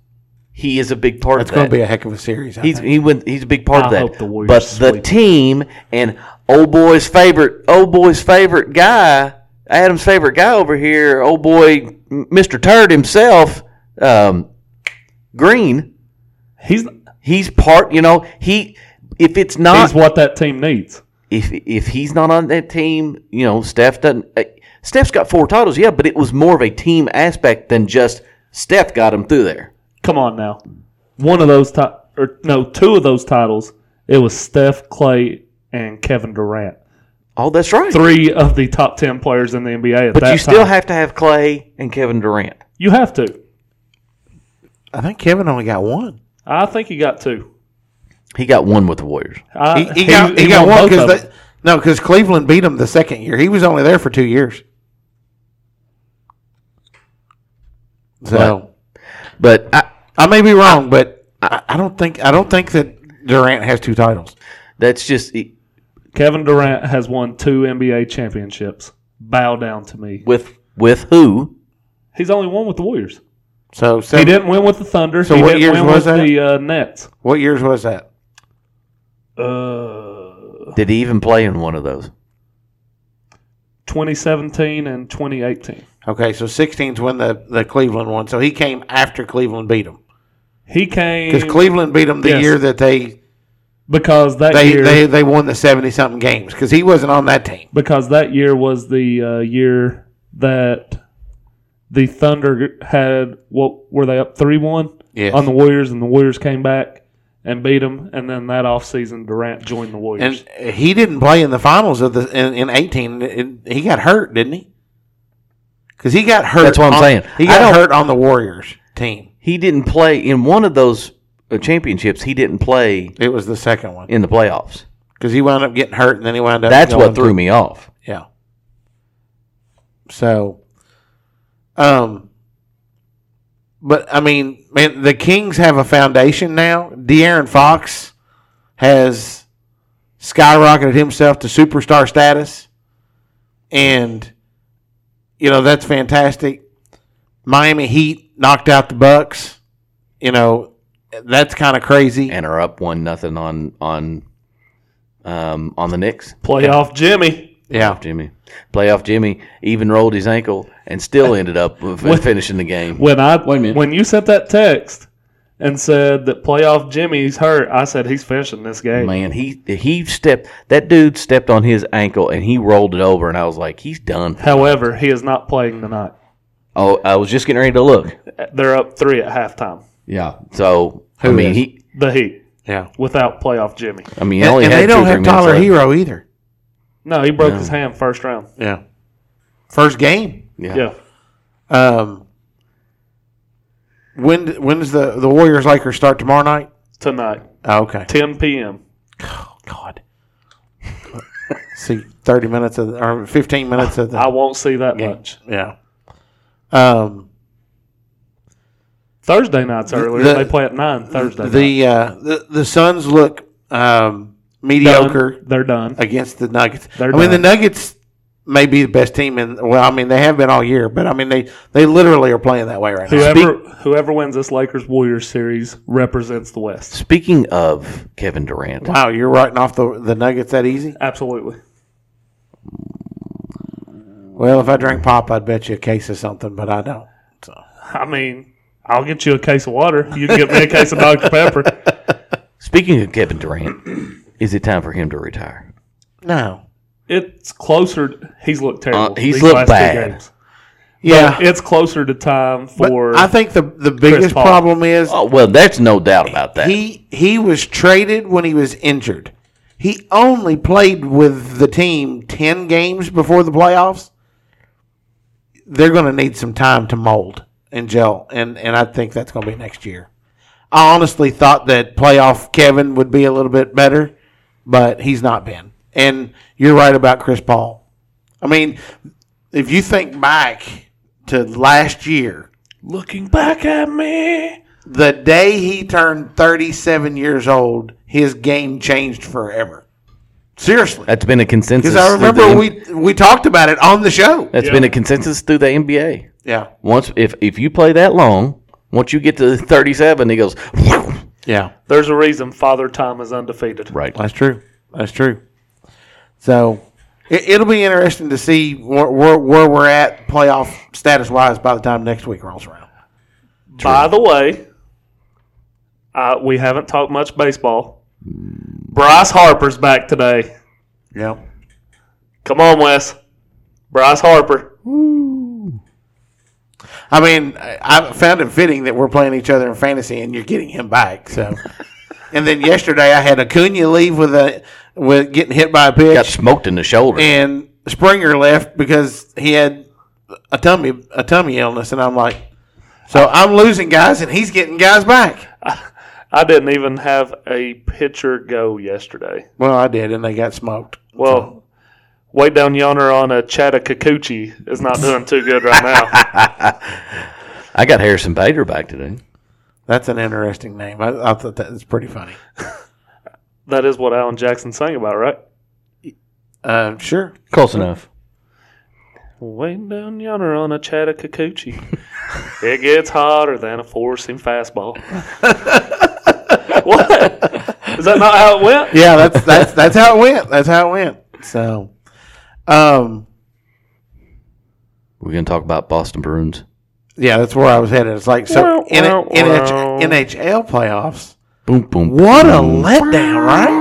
S11: He is a big part
S9: That's
S11: of that.
S9: going to be a heck of a series. I
S11: He's
S9: think.
S11: he went, he's a big part of
S10: I
S11: that.
S10: hope the Warriors
S11: but the team and old boy's favorite old boy's favorite guy, Adam's favorite guy over here, old boy M- Mr. Turd himself, um, Green.
S10: He's
S11: he's part. You know he if it's not
S10: he's what that team needs.
S11: if if he's not on that team, you know Steph doesn't. Uh, Steph's got four titles, yeah, but it was more of a team aspect than just Steph got him through there.
S10: Come on now, one of those ti- or no, two of those titles. It was Steph Clay and Kevin Durant.
S11: Oh, that's right.
S10: Three of the top ten players in the NBA at
S11: But
S10: that
S11: you still
S10: time.
S11: have to have Clay and Kevin Durant.
S10: you have to.
S9: I think Kevin only got one.
S10: I think he got two.
S11: He got one with the Warriors.
S10: I,
S9: he, he got, he got
S10: Uh, won
S9: one
S10: both of them.
S9: because no, because Cleveland beat him the second year. He was only there for two years. So,
S11: but, I,
S9: I may be wrong, but I, I don't think I don't think that Durant has two titles.
S11: That's just it-
S10: Kevin Durant has won two NBA championships. Bow down to me.
S11: with with who?
S10: He's only won with the Warriors.
S9: So, so
S10: he didn't win with the Thunder.
S9: So
S10: he
S9: what
S10: didn't
S9: years
S10: win
S9: was
S10: with
S9: that?
S10: the uh, Nets.
S9: What years was that?
S10: Uh,
S11: Did he even play in one of those?
S10: 2017 and 2018.
S9: Okay, so 16's when the, the Cleveland one. So he came after Cleveland beat him
S10: He came
S9: because Cleveland beat him the
S10: Yes.
S9: year that they
S10: because that
S9: they,
S10: year
S9: they they won the seventy something games because he wasn't on that team.
S10: because that year was the uh, year that the Thunder had what were they up three one
S9: Yes.
S10: on the Warriors, and the Warriors came back and beat them. And then that offseason, Durant joined the Warriors.
S9: And he didn't play in the finals of the in, in eighteen. and He got hurt, didn't he? Because he got hurt.
S11: That's what I'm
S9: on-
S11: saying.
S9: He got
S11: I don't-
S9: hurt on the Warriors team.
S11: He didn't play in one of those uh, championships. He didn't play
S9: It was the second one
S11: in the playoffs.
S9: because he wound up getting hurt, and then he wound up.
S11: That's what
S9: going
S11: threw
S9: to-
S11: me off.
S9: Yeah. So, um, but I mean, man, the Kings have a foundation now. De'Aaron Fox has skyrocketed himself to superstar status, and you know that's fantastic. Miami Heat knocked out the Bucks. You know that's kind of crazy.
S11: and are up one nothing on on um, on the Knicks.
S10: Playoff Jimmy.
S9: Yeah,
S11: Jimmy, playoff Jimmy even rolled his ankle and still ended up with- finishing the game.
S10: When I
S12: Wait a minute.
S10: when you sent that text and said that playoff Jimmy's hurt, I said he's finishing this game.
S11: Man, he he stepped that dude stepped on his ankle and he rolled it over, and I was like, he's done.
S10: However, he is not playing tonight.
S11: Oh, I was just getting ready to look.
S10: They're up three at halftime.
S12: Yeah.
S11: So I
S9: Who
S11: mean,
S9: is?
S11: he
S10: The Heat
S9: Yeah,
S10: without playoff Jimmy.
S11: I mean, he
S9: and,
S11: only
S9: and
S11: had
S9: they don't
S11: two,
S9: have
S11: three minutes
S9: Tyler
S11: left.
S9: Hero either.
S10: No, he broke his hand first round.
S9: Yeah, first game.
S11: Yeah.
S10: Yeah.
S9: Um, when when does the the Warriors Lakers start tomorrow night?
S10: Tonight,
S9: Oh, okay.
S10: 10 p.m.
S9: God. See, thirty minutes of the, or fifteen minutes of the
S10: I won't see that much.
S9: yeah. Um,
S10: Thursday night's earlier.
S9: the-
S10: they play at 9 Thursday night.
S9: the uh, the the Suns look um, mediocre
S10: Done. They're done.
S9: against the Nuggets.
S10: They're
S9: I mean, the
S10: done.
S9: Nuggets may be the best team in. Well, I mean, they have been all year, but I mean, they they literally are playing that way right now.
S10: Whoever whoever wins this Lakers Warriors series represents the West.
S11: Speaking of Kevin Durant,
S9: Wow, you're writing off the the Nuggets that easy?
S10: Absolutely.
S9: Well, if I drank pop, I'd bet you a case of something, but I don't. So.
S10: I mean, I'll get you a case of water. You can get me a case of Dr. Pepper.
S11: speaking of Kevin Durant, is it time for him to retire?
S9: No.
S10: It's closer. He's looked terrible.
S11: Uh, he's
S10: these
S11: looked
S10: last two
S11: bad.
S10: games.
S9: Yeah.
S10: But it's closer to time
S9: But
S10: for.
S9: I think the the
S10: Chris
S9: biggest
S10: Paul.
S9: problem is
S11: Oh well, that's no doubt about that.
S9: he he was traded when he was injured. He only played with the team ten games before the playoffs. They're going to need some time to mold and gel, and and I think that's going to be next year. I honestly thought that playoff Kevin would be a little bit better, but he's not been. And you're right about Chris Paul. I mean, if you think back to last year,
S10: looking back at me.
S9: the day he turned 37 years old, his game changed forever. Seriously,
S11: That's been a consensus.
S9: because I
S11: through the
S9: remember
S11: N-
S9: we we talked about it on the show.
S11: That's been a consensus through the NBA.
S9: Yeah,
S11: Once if if you play that long, once you get to 37, he goes
S9: yeah,
S10: There's a reason Father Time is undefeated.
S11: right.
S9: that's true. That's true. So it, it'll be interesting to see where, where, where we're at playoff status wise by the time next week rolls around.
S10: By the way, uh, we haven't talked much baseball. Bryce Harper's back today.
S9: Yeah,
S10: Come on, Wes. Bryce Harper.
S9: I mean, I, I found it fitting that we're playing each other in fantasy, and you're getting him back. So, and then yesterday I had Acuna leave with a with getting hit by a pitch.
S11: Got smoked in the shoulder.
S9: and Springer left because he had a tummy a tummy illness, and I'm like, so I'm losing guys, and he's getting guys back.
S10: I didn't even have a pitcher go yesterday.
S9: Well, I did, and they got smoked.
S10: Well, way down yonder on a Chattahoochee is not doing too good right now.
S11: I got Harrison Bader back today.
S9: That's an interesting name. I, I thought that was pretty funny.
S10: that is what Alan Jackson sang about, right?
S9: Uh, sure.
S11: Close enough.
S10: Way down yonder on a Chattahoochee. it gets hotter than a four seam fastball. what? Is that not how it went?
S9: Yeah, that's that's that's how it went. That's how it went. So, um,
S11: We're gonna talk about Boston Bruins.
S9: yeah, that's where I was headed. It's like so
S10: Wow,
S9: N-
S10: wow, wow.
S9: NH- NHL playoffs.
S11: Boom boom.
S9: What a
S11: boom.
S9: letdown, right?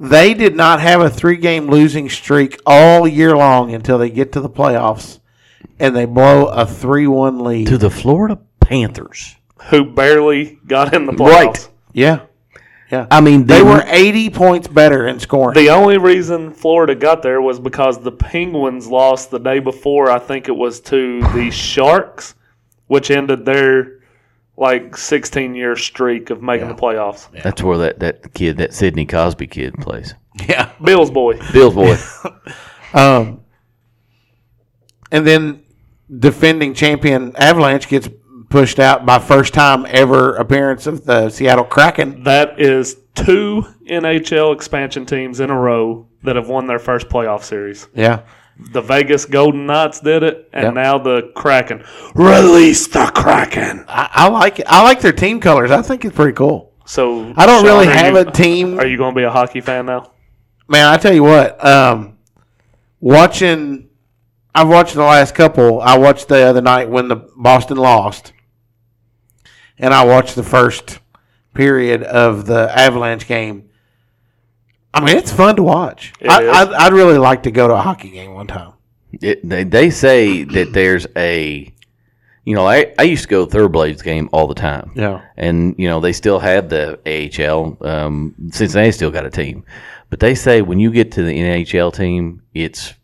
S9: They did not have a three game losing streak all year long until they get to the playoffs and they blow a 3 1 lead.
S11: to the Florida Panthers.
S10: Who barely got in the playoffs.
S11: Right.
S9: Yeah.
S11: I mean,
S9: They were 80 points better in scoring.
S10: The only reason Florida got there was because the Penguins lost the day before. I think it was to the Sharks, which ended their like 16 year streak of making the playoffs.
S11: That's where that, that kid, that Sidney Cosby kid, plays.
S9: yeah.
S10: Bills boy.
S11: Bill's boy.
S9: Um, and then defending champion Avalanche gets pushed out by first time ever appearance of the Seattle Kraken.
S10: That is two NHL expansion teams in a row that have won their first playoff series.
S9: Yeah.
S10: The Vegas Golden Knights did it, and
S9: Yep.
S10: now the Kraken. Release the Kraken.
S9: I, I like it. I like their team colors. I think it's pretty cool.
S10: So
S9: I don't
S10: Sean,
S9: really
S10: are
S9: have
S10: you-
S9: a team
S10: Are you going to be a hockey fan now?
S9: man, I tell you what, um, watching, I've watched the last couple. I watched the other night when the Boston lost, and I watched the first period of the Avalanche game. I mean, it's fun to watch.
S10: It
S9: I,
S10: is.
S9: I'd, I'd really like to go to a hockey game one time.
S11: It- they, they say that there's a, you know, I, I used to go to Third Blades game all the time.
S9: Yeah.
S11: And, you know, they still have the AHL. Um, Cincinnati still got a team. But they say when you get to the NHL team, it's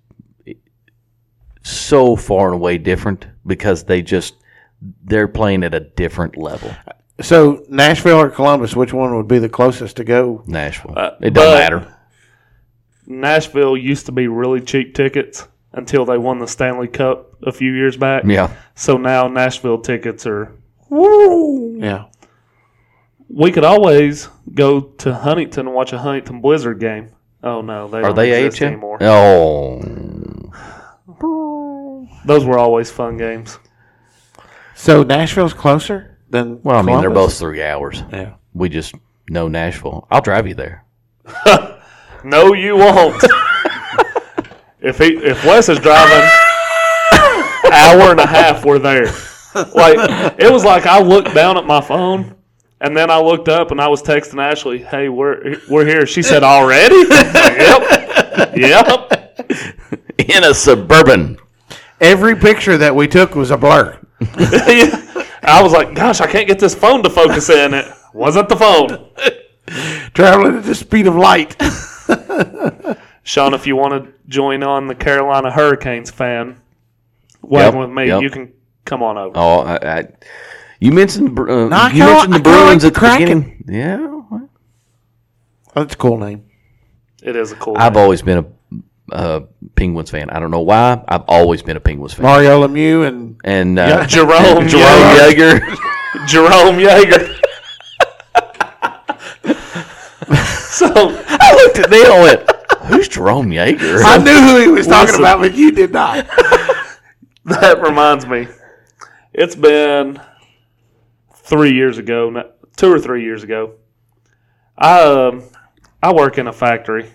S11: so far and away different because they just, they're playing at a different level.
S9: So Nashville or Columbus, which one would be the closest to go?
S11: Nashville.
S10: Uh,
S11: it doesn't
S10: but-
S11: matter.
S10: Nashville used to be really cheap tickets until they won the Stanley Cup a few years back.
S11: Yeah.
S10: So now Nashville tickets are.
S9: Yeah,
S10: We could always go to Huntington and watch a Huntington Blizzard game. Oh no, they
S11: Are
S10: don't
S11: they
S10: exist
S11: AHL?
S10: anymore.
S11: Oh.
S10: Those were always fun games.
S9: so Nashville's closer than
S11: Well, I mean, they're both
S9: Columbus?
S11: three hours.
S9: Yeah.
S11: We just know Nashville. I'll drive you there.
S10: No, you won't. if he, if Wes is driving, hour and a half, we're there. Like it was like I looked down at my phone. And then I looked up and I was texting Ashley, "Hey, we're we're here." She said, "Already?" yep, yep.
S11: In a suburban.
S9: Every picture that we took was a blur.
S10: I was like, "Gosh, I can't get this phone to focus in." It wasn't the phone.
S9: Traveling at the speed of light.
S10: Sean, if you want to join on the Carolina Hurricanes fan, waving
S11: Yep,
S10: with me,
S11: yep.
S10: you can come on over.
S11: Oh, I, I, you mentioned Bru- uh,
S9: Nah, I
S11: you
S9: kinda like- I
S11: mentioned the
S9: kinda
S11: Bruins
S9: like
S11: at
S9: the
S11: the
S9: Kraken.
S11: beginning. Yeah,
S9: Oh, That's a cool name.
S10: It is a cool.
S11: I've always been a uh, Penguins fan. I don't know why. I've always been a Penguins fan.
S9: Mario Lemieux and
S11: and uh,
S9: Yeah.
S10: Jerome
S11: Jerome
S10: Yeager.
S11: Yeager.
S10: Jerome Yeager. so
S11: I looked at Neil and went, "Who's Jerome Yeager?"
S9: I knew who he was talking
S10: Listen.
S9: about, but you did not.
S10: that reminds me, it's been three years ago, no- two or three years ago. I um, I work in a factory,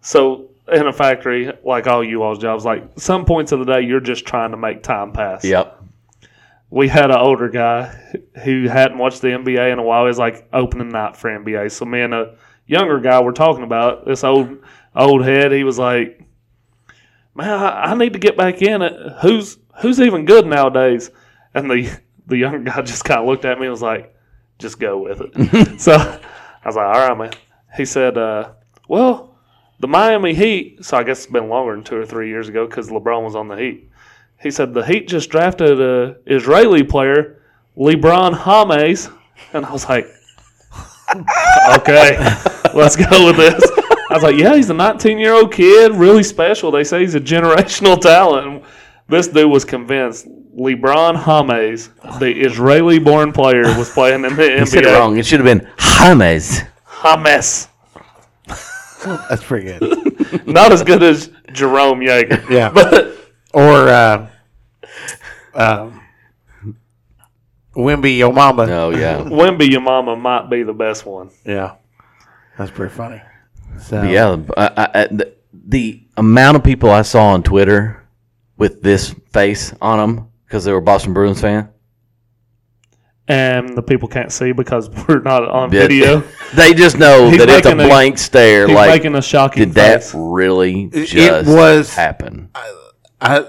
S10: so in a factory like all you all's jobs, like some points of the day, you're just trying to make time pass.
S11: Yep.
S10: we had an older guy who hadn't watched the NBA in a while. It was like opening night for NBA. So me and a younger guy were talking about this old old head. He was like, "Man, I, I need to get back in it. Who's who's even good nowadays?" And the the younger guy just kind of looked at me and was like, "Just go with it." so I was like, "All right, man." He said, uh, "Well." The Miami Heat, so I guess it's been longer than two or three years ago because LeBron was on the Heat. He said the Heat just drafted a Israeli player, LeBron James, and I was like, okay, let's go with this. I was like, yeah, he's a 19 year old kid, really special. They say he's a generational talent. And This dude was convinced LeBron James, the Israeli born player, was playing in the
S11: He
S10: NBA.
S11: said it wrong. It should have been James.
S10: James,
S9: That's pretty good.
S10: not as good as Jerome Yeager.
S9: Yeah.
S10: but
S9: Or uh, um, Wimby, your mama.
S11: Oh yeah,
S10: Wimby Your Mama might be the best one.
S9: Yeah, that's pretty funny. So
S11: yeah. I, I, I- the, the amount of people I saw on Twitter with this face on them because they were Boston Bruins fan.
S10: and the people can't see because we're not on
S11: that-
S10: video.
S11: they just know
S10: He's
S11: that it's a
S10: making a-
S11: blank stare.
S10: he's
S11: Like
S10: making a shocking
S11: Did that
S10: face."
S11: really
S9: It- it
S11: just
S9: was-
S11: happen?
S9: I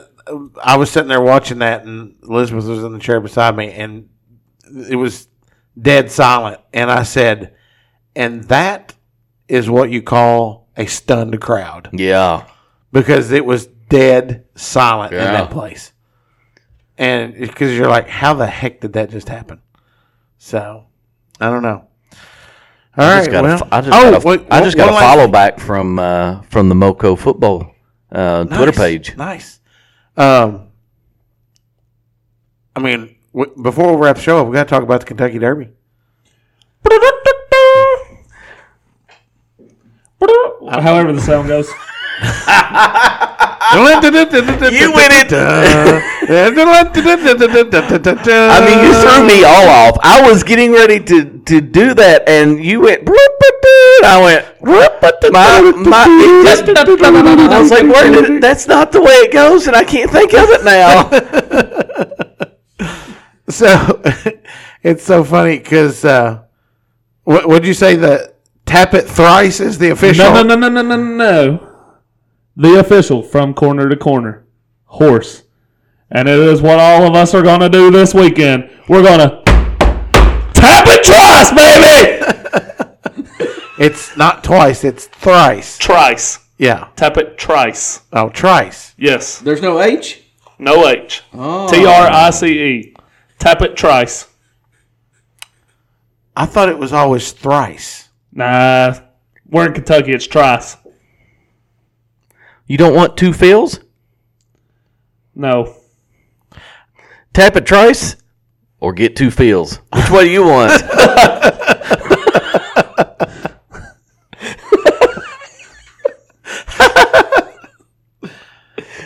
S9: I was sitting there watching that, and Elizabeth was in the chair beside me, and it was dead silent. And I said, "And that is what you call a stunned crowd
S11: Yeah,
S9: because it was dead silent in
S11: Yeah.
S9: that place." And because you're like, "How the heck did that just happen?" So I don't know. All
S11: I
S9: right,
S11: just got
S9: well,
S11: a, I just
S9: oh,
S11: got a,
S9: wait,
S11: I just
S9: one
S11: got a
S9: last-
S11: follow back from uh, from the Moco football uh, Twitter
S9: Nice,
S11: page.
S9: Nice. Um, I mean, w- before we wrap the show up, we got to talk about the Kentucky Derby.
S10: Uh, However, the sound goes.
S11: Ah!
S9: you went it.
S11: I
S9: I
S11: mean, you threw me all off. I was getting ready to, to do that, and you went. "Broop-a-doo," and I went. "Broop-a-doo." My, my, it just, I was like, "Where did, that's not the way it goes, and I can't think of it now.
S9: So it's so funny because uh, what would you say the tap it thrice is the official?
S10: No, no, no, no, no, no, no. The official from corner to corner, horse, and it is what all of us are gonna do this weekend. We're gonna tap it twice, baby.
S9: It's not twice. It's thrice.
S10: Trice,
S9: Yeah.
S10: tap it trice.
S9: Oh, trice.
S10: Yes,
S12: There's no H.
S10: no H.
S12: Oh.
S10: T R I C E. Tap it trice.
S9: I thought it was always thrice.
S10: Nah, we're in Kentucky. It's trice.
S11: you don't want two fills?
S10: No,
S11: Tap it twice, or get two fills. Which way do you want?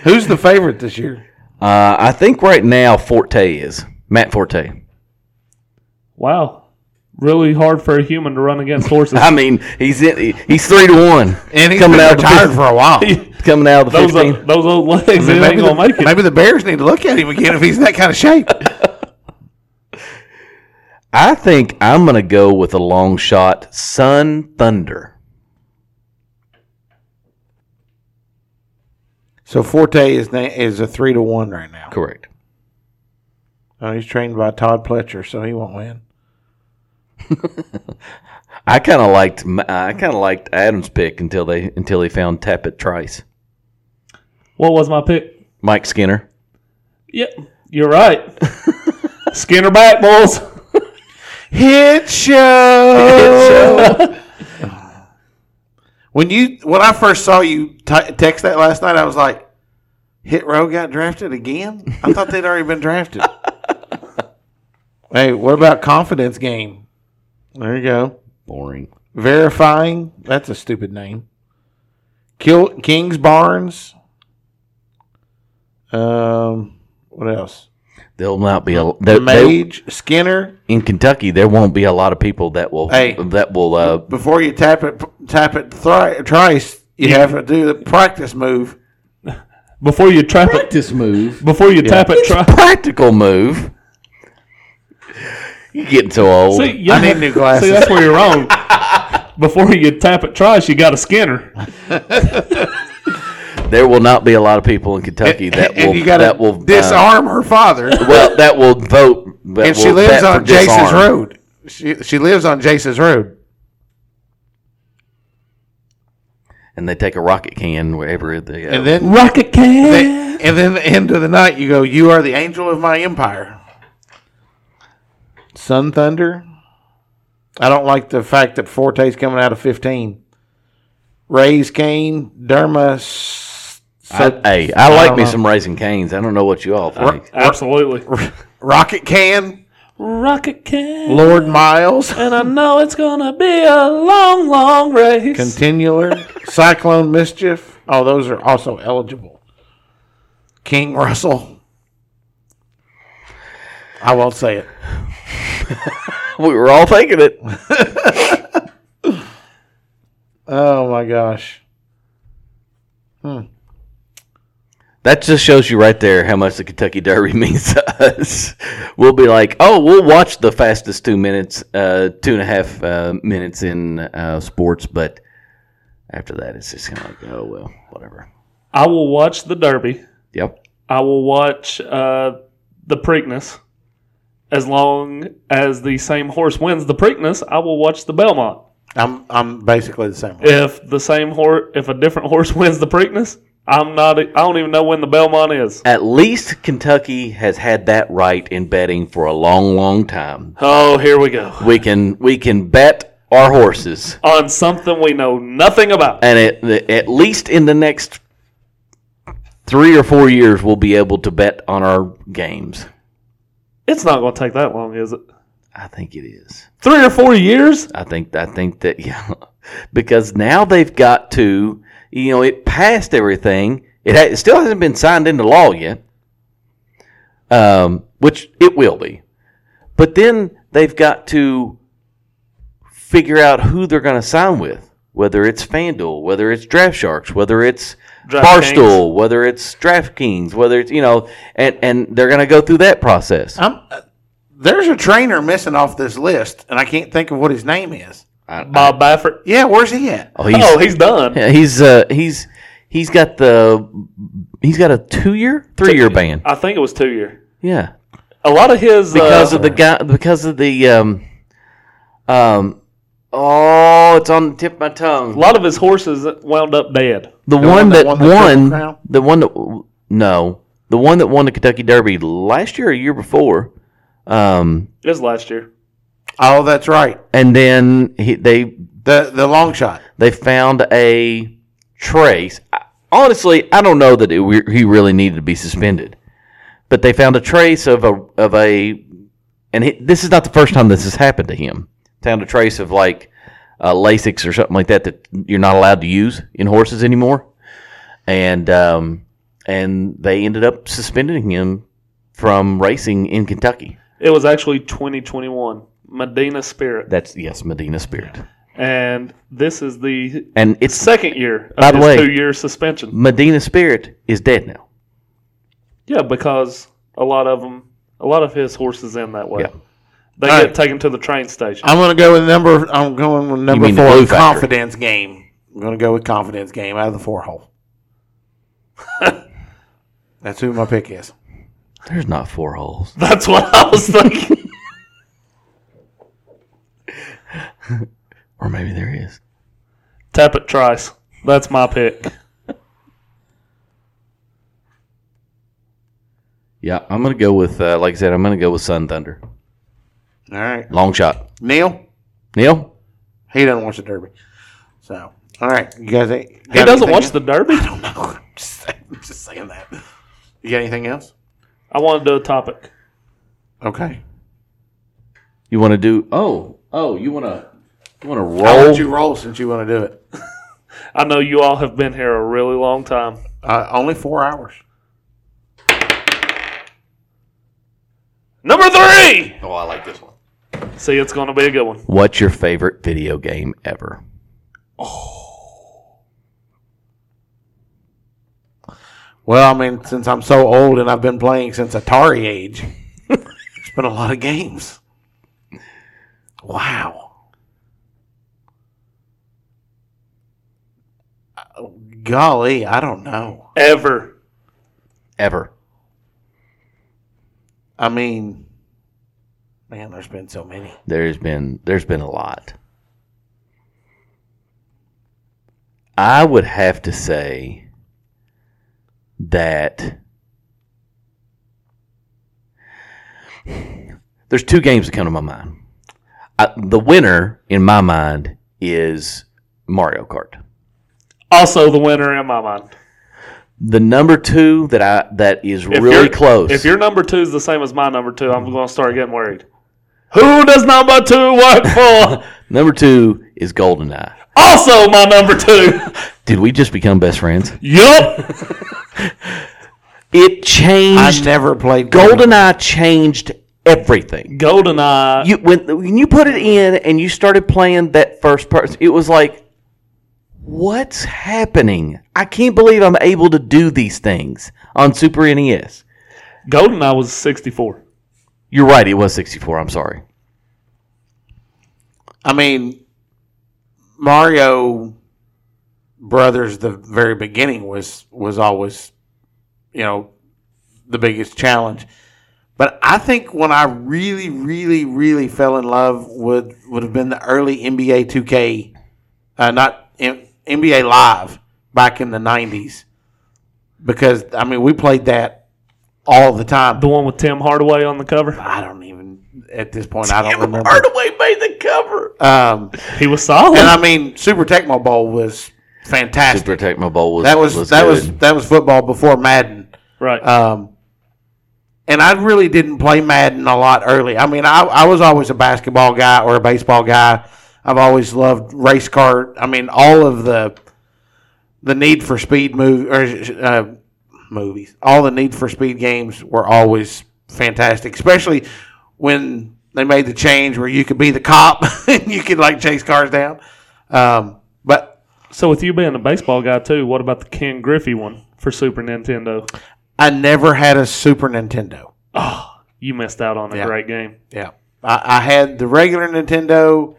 S9: Who's the favorite this year?
S11: uh, I think right now Forte is Matt Forte.
S10: Wow. Really hard for a human to run against horses.
S11: I mean, he's in, he's three to one,
S9: And he's
S11: coming
S9: been
S11: out of the
S9: retired
S11: fif-
S9: for a while.
S11: coming out of the
S10: those,
S11: fifteen.
S10: uh, those old legs,
S9: I mean,
S10: they ain't
S9: maybe,
S10: going to make
S9: the,
S10: it.
S9: maybe the Bears need to look at him again if he's in that kind of shape.
S11: I think I'm going to go with a long shot, Sun Thunder.
S9: So Forte is na- is a three to one right now.
S11: Correct.
S9: Oh, he's trained by Todd Pletcher, so he won't win.
S11: I kind of liked m- I kind of liked Adam's pick until they until he found Tappet Trice,
S10: What was my pick?
S11: Mike Skinner.
S10: Yep, you're right. Skinner back, bulls.
S9: Hit show. when you when I first saw you t- text that last night, I was like, "Hit Row got drafted again." I thought they'd already been drafted. hey, what about confidence game? There you go.
S12: Boring.
S9: Verifying. That's a stupid name. Kill Kings Barnes. Um, what else?
S11: There'll not be a there,
S9: Mage Skinner.
S11: in Kentucky. There won't be a lot of people that will
S9: Hey.
S11: that will uh,
S9: before you tap it tap it thri- thrice, you have to do the practice move.
S10: Before you trap
S12: Practice move.
S10: it, before you tap it, try.
S11: practical move. You're getting so old.
S10: See, you
S9: I need new glasses.
S10: See, that's where you're wrong. Before you tap it twice, you got a Skinner.
S11: there will not be a lot of people in Kentucky that
S9: and
S11: will
S9: you got
S11: that will
S9: to
S11: uh,
S9: disarm her father.
S11: well, that will vote. That
S9: and she
S11: will
S9: lives
S11: bet for
S9: on Jason's
S11: disarm.
S9: Road. She she lives on Jason's Road.
S11: and they take a rocket can wherever they go.
S9: And then
S10: Rocket can.
S9: they, and then the end of the night you go, You are the angel of my empire. Sun Thunder. I don't like the fact that Forte's coming out of fifteen. Raise Kane, Derma S-
S11: I, hey, I, like
S9: don't
S11: me
S9: know.
S11: some raising canes. I don't know what you all think.
S10: Absolutely.
S9: Rocket Can,
S10: Rocket can.
S9: Lord Miles.
S10: And I know it's gonna be a long, long race.
S9: Continular, Cyclone Mischief. Oh, those are also eligible. King Russell. I won't say it.
S11: we were all thinking it.
S9: Oh my gosh.
S11: That just shows you right there how much the Kentucky Derby means to us. We'll be like, oh, we'll watch the fastest two minutes, uh, two and a half uh, minutes in uh, sports, but after that, it's just kind of like, oh well, whatever.
S10: I will watch the Derby.
S11: Yep.
S10: I will watch uh, the Preakness. As long as the same horse wins the Preakness, I will watch the Belmont.
S9: I'm I'm basically the same. way.
S10: If the same horse, if a different horse wins the Preakness, I'm not. I don't even know when the Belmont is.
S11: At least Kentucky has had that right in betting for a long, long time.
S10: Oh, here we go
S11: We can we can bet our horses.
S10: on something we know nothing about.
S11: and at, the- at least in the next three or four years, we'll be able to bet on our games.
S10: It's not going to take that long, is it?
S11: I think it is.
S10: Three or four years.
S11: I think I think that yeah, because now they've got to you know it passed everything. It, ha- it still hasn't been signed into law yet, um, which it will be. But then they've got to figure out who they're going to sign with, whether it's FanDuel, whether it's Draft Sharks, whether it's
S10: DraftKings.
S11: Barstool, whether it's DraftKings, whether it's you know, and and they're going to go through that process.
S9: I'm uh, there's a trainer missing off this list, and I can't think of what his name is.
S10: Bob Baffert.
S9: Yeah, where's he at?
S11: Oh, he's-
S10: oh, he's done.
S11: Yeah, he's uh, he's he's got the he's got a two year, three year ban.
S10: I think it was two year.
S11: Yeah,
S10: A lot of his
S11: because
S10: uh,
S11: of the guy, because of the um, um, oh, it's on the tip of my
S10: a
S11: tongue.
S10: lot of his horses wound up dead.
S11: The, one,
S9: one that
S11: that,
S9: won the Triple
S11: won,
S9: Crown?
S11: the one that no, the one that won the Kentucky Derby last year or year before. Um,
S10: It was last year.
S9: Oh, that's right.
S11: and then he, they
S9: The the long shot.
S11: they found a trace. I- Honestly, I don't know that it, we- he really needed to be suspended, but they found a trace of a of a, and he, this is not the first time this has happened to him. Found a trace of like uh, Lasix or something like that that you're not allowed to use in horses anymore, and um, and they ended up suspending him from racing in Kentucky.
S10: It was actually 2021. Medina Spirit,
S11: That's yes, Medina Spirit,
S10: and this is the
S11: and it's
S10: second year of
S11: By the
S10: his
S11: way-
S10: two-year suspension.
S11: Medina Spirit is dead now.
S10: Yeah, because a lot of them, a lot of his horses in that way.
S11: Yeah.
S10: They
S9: All
S10: get
S9: right.
S10: taken to the train station.
S9: I'm going to go with number. I'm going with number
S10: mean the
S9: four.
S10: Glue Factory.
S9: Confidence game. I'm going to go with confidence game out of the four hole. That's who my pick is.
S11: There's not four holes.
S10: That's what I was thinking.
S11: or maybe there is.
S10: Tap it twice. That's my pick.
S11: Yeah, I'm gonna go with uh, like I said, I'm gonna go with Sun Thunder.
S9: All right.
S11: Long shot.
S9: Neil.
S11: Neil.
S9: He doesn't watch the Derby. So, all right. You guys. He
S10: He doesn't watch the Derby. I
S9: don't know. I'm just, saying- I'm just saying that. You got anything else?
S10: I want to do a topic.
S9: Okay.
S11: You want to do? Oh, oh, you want to? You want to
S9: I'll
S11: roll?
S9: let you roll since you want to do it.
S10: I know you all have been here a really long time.
S9: Uh, only four hours.
S10: Number three.
S11: Oh, I like this one.
S10: See, it's going to be a good one.
S11: What's your favorite video game ever?
S9: Well, I mean, since I'm so old and I've been playing since Atari age, it's been a lot of games. Wow. Uh, Golly, I don't know.
S10: Ever.
S11: Ever.
S9: I mean, man, there's been so many.
S11: There's been there's been a lot. I would have to say that there's two games that come to my mind. I, the winner in my mind is Mario Kart.
S10: Also, the winner in my mind.
S11: The number two that I that is really
S10: you're-
S11: close.
S10: If your number two is the same as my number two, I'm going to start getting worried. Who does number two work for?
S11: number two is Goldeneye.
S10: also, my number two.
S11: Did we just become best friends?
S10: Yup.
S11: It changed.
S9: I never played
S11: Goldeneye changed everything.
S10: Goldeneye.
S11: You when when you put it in and you started playing that first person, it was like, what's happening? I can't believe I'm able to do these things on Super E NES.
S10: Goldeneye was 64.
S11: You're right. It was 64. I'm sorry.
S9: I mean, Mario Brothers, the very beginning was was always, you know, the biggest challenge. But I think when I really, really, really fell in love would would have been the early NBA 2K, uh, not M- NBA Live back in the 90s, because I mean we played that all the time.
S10: The one with Tim Hardaway on the cover.
S9: I don't even at this point. I don't remember.
S11: made the cover.
S9: Um,
S10: He was solid.
S9: and I mean, Super Tecmo Bowl was fantastic.
S11: Super Tecmo Bowl was
S9: that was, that was
S11: good.
S9: that was football before Madden.
S10: right.
S11: uh,
S9: Um, and I really didn't play Madden a lot early. I mean, I, I was always a basketball guy or a baseball guy. I've always loved race car. I mean, all of the the Need for Speed move or uh, movies, all the Need for Speed games were always fantastic, especially when they made the change where you could be the cop and you could like chase cars down. Um, but
S10: so, with you being a baseball guy, too, what about the Ken Griffey one for Super Nintendo?
S9: I never had a Super Nintendo.
S10: You missed out on a
S9: Yeah.
S10: great game.
S9: Yeah. I, I had the regular Nintendo.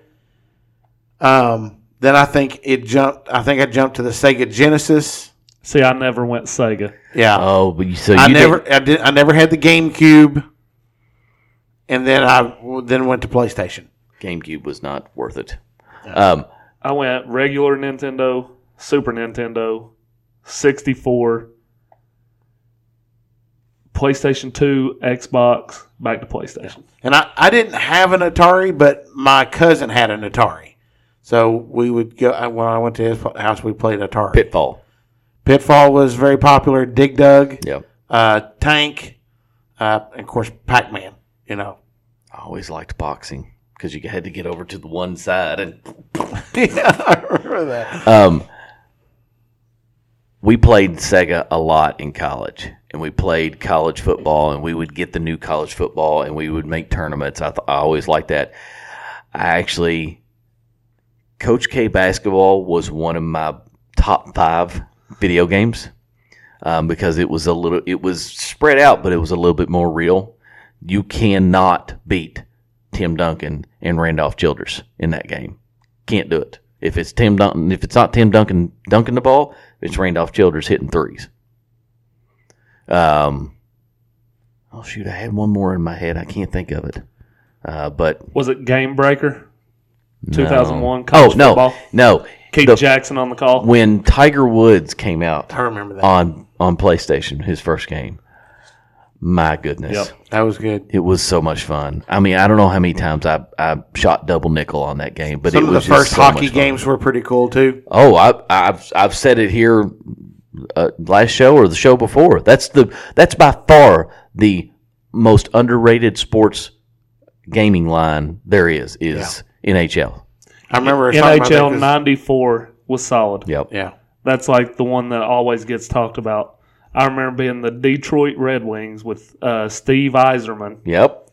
S9: Um, then I think it jumped. I think I jumped to the Sega Genesis.
S10: See, I never went Sega.
S9: Yeah.
S11: Oh, but you so you
S9: I
S11: never.
S9: never. I did. I never had the GameCube. And then I w- then went to PlayStation.
S11: GameCube was not worth it. Um,
S10: I went regular Nintendo, Super Nintendo, 64, PlayStation 2, Xbox, back to PlayStation.
S9: And I, I didn't have an Atari, but my cousin had an Atari. So we would go I- when I went to his house. We played Atari.
S11: Pitfall.
S9: Pitfall was very popular. Dig Dug,
S11: Yeah.
S9: uh, Tank, uh, and of course Pac Man. You know,
S11: I always liked boxing because you had to get over to the one side and
S9: yeah, I remember that.
S11: Um, we played Sega a lot in college, and we played college football, and we would get the new college football, and we would make tournaments. I, th- I always liked that. I actually, Coach K basketball was one of my top five video games um, because it was a little, it was spread out, but it was a little bit more real. You cannot beat Tim Duncan and Randolph Childers in that game. Can't do it. If it's Tim Duncan, if it's not Tim Duncan dunking the ball, it's Randolph Childers hitting threes. Um, oh shoot, I had one more in my head. I can't think of it. Uh, but
S10: was it game breaker?
S11: No.
S10: 2001 college
S11: oh no,
S10: football?
S11: no.
S10: Keith
S11: The-
S10: Jackson on the call.
S11: when Tiger Woods came out.
S9: I remember that.
S11: on on PlayStation, his first game. My goodness,
S10: Yep.
S9: That was good.
S11: it was so much fun. I mean, I don't know how many times I I shot double nickel on that game, but
S9: Some
S11: it
S9: of
S11: was
S9: the
S11: just
S9: first
S11: so
S9: hockey
S11: much fun.
S9: games were pretty cool too.
S11: Oh, I, I've I've said it here uh, last show or the show before. That's the that's by far the most underrated sports gaming line there is is NHL.
S9: I remember something, I think
S10: NHL
S9: this-
S10: '94 was solid.
S11: Yep.
S9: Yeah,
S10: That's like the one that always gets talked about. I remember being the Detroit Red Wings with uh, Steve Eiserman,
S11: Yep.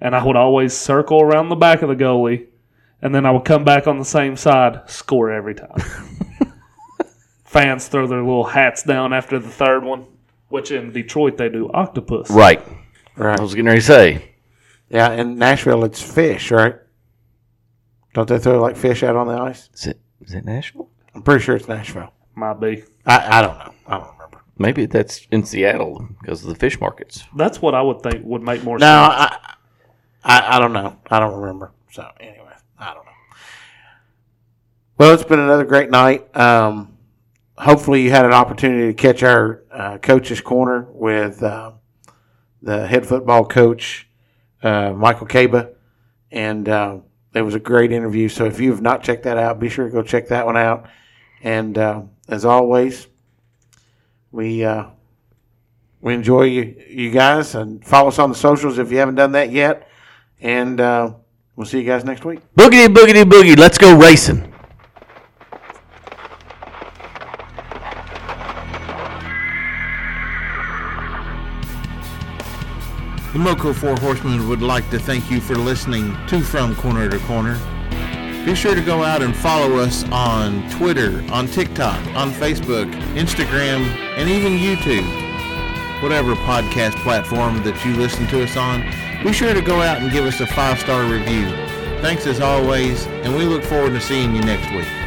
S10: and I would always circle around the back of the goalie, and then I would come back on the same side, score every time. Fans throw their little hats down after the third one, which in Detroit they do octopus.
S11: Right.
S9: right.
S11: I was getting ready to say.
S9: Yeah, in Nashville it's fish, right? Don't they throw like fish out on the ice?
S11: Is it is it Nashville?
S9: I'm pretty sure it's Nashville.
S10: Might be.
S9: I, I don't know. I don't remember.
S11: Maybe that's in Seattle because of the fish markets.
S10: That's what I would think would make more
S9: No,
S10: sense.
S9: I, I I don't know. I don't remember. So anyway, I don't know. Well, it's been another great night. Um, hopefully, you had an opportunity to catch our uh, coach's corner with uh, the head football coach uh, Michael Caba, and uh, it was a great interview. So if you have not checked that out, be sure to go check that one out. And uh, as always, we. Uh, we enjoy you, you guys and follow us on the socials if you haven't done that yet. And uh, we'll see you guys next week.
S11: Boogity boogity boogie. Let's go racing.
S13: The Moco Four Horsemen would like to thank you for listening to From Corner to Corner. Be sure to go out and follow us on Twitter, on TikTok, on Facebook, Instagram, and even YouTube. Whatever podcast platform that you listen to us on, be sure to go out and give us a five-star review. Thanks as always, and we look forward to seeing you next week.